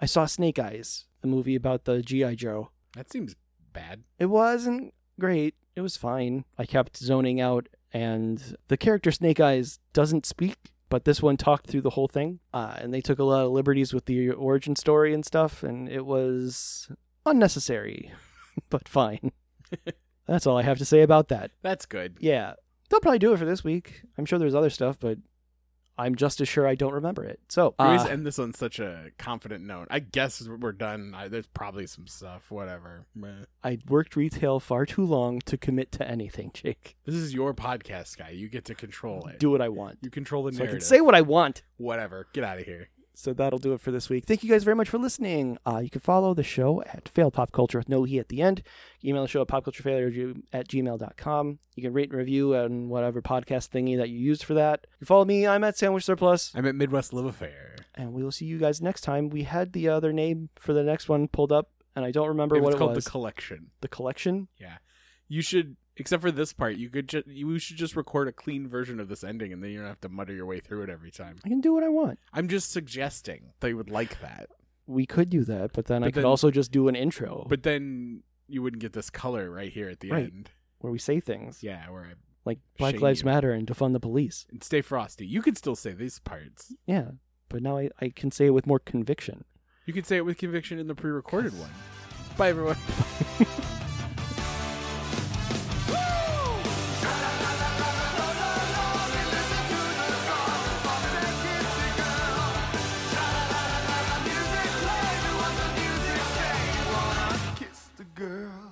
Speaker 2: I saw Snake Eyes, the movie about the GI Joe.
Speaker 3: That seems bad.
Speaker 2: It wasn't great. It was fine. I kept zoning out, and the character Snake Eyes doesn't speak, but this one talked through the whole thing. Uh, and they took a lot of liberties with the origin story and stuff, and it was unnecessary, but fine. That's all I have to say about that.
Speaker 3: That's good.
Speaker 2: Yeah, they'll probably do it for this week. I'm sure there's other stuff, but I'm just as sure I don't remember it. So
Speaker 3: We always
Speaker 2: uh,
Speaker 3: end this on such a confident note. I guess we're done. I, there's probably some stuff. Whatever. Meh.
Speaker 2: I worked retail far too long to commit to anything, Jake.
Speaker 3: This is your podcast, guy. You get to control it.
Speaker 2: Do what I want.
Speaker 3: you control the
Speaker 2: So I
Speaker 3: narrative.
Speaker 2: can say what I want.
Speaker 3: whatever. Get out of here.
Speaker 2: So that'll do it for this week. Thank you guys very much for listening. Uh, you can follow the show at Failed Pop Culture with no he at the end. Email the show at popculturefailure at gmail.com. You can rate and review on whatever podcast thingy that you used for that. You can follow me. I'm at Sandwich Surplus.
Speaker 3: I'm at Midwest Love Affair.
Speaker 2: And we will see you guys next time. We had the other name for the next one pulled up, and I don't remember
Speaker 3: It was
Speaker 2: what it
Speaker 3: called
Speaker 2: was.
Speaker 3: the collection.
Speaker 2: the collection?
Speaker 3: You should, except for this part, you could just you should just record a clean version of this ending, and then you don't have to mutter your way through it every time.
Speaker 2: I can do what I want.
Speaker 3: I'm just suggesting they would like that.
Speaker 2: We could do that, but then I
Speaker 3: But
Speaker 2: could
Speaker 3: then-
Speaker 2: also just do an intro
Speaker 3: But then you wouldn't get this color right here at the
Speaker 2: Oh. Right.
Speaker 3: end.
Speaker 2: where we say things
Speaker 3: Yeah, where I,
Speaker 2: like Black
Speaker 3: Shame
Speaker 2: Lives
Speaker 3: you.
Speaker 2: Matter and defund the police.
Speaker 3: and stay frosty. You could still say these parts.
Speaker 2: Yeah, but now I, I can say it with more conviction.
Speaker 3: You could say it with conviction in the pre-recorded one. Bye, everyone.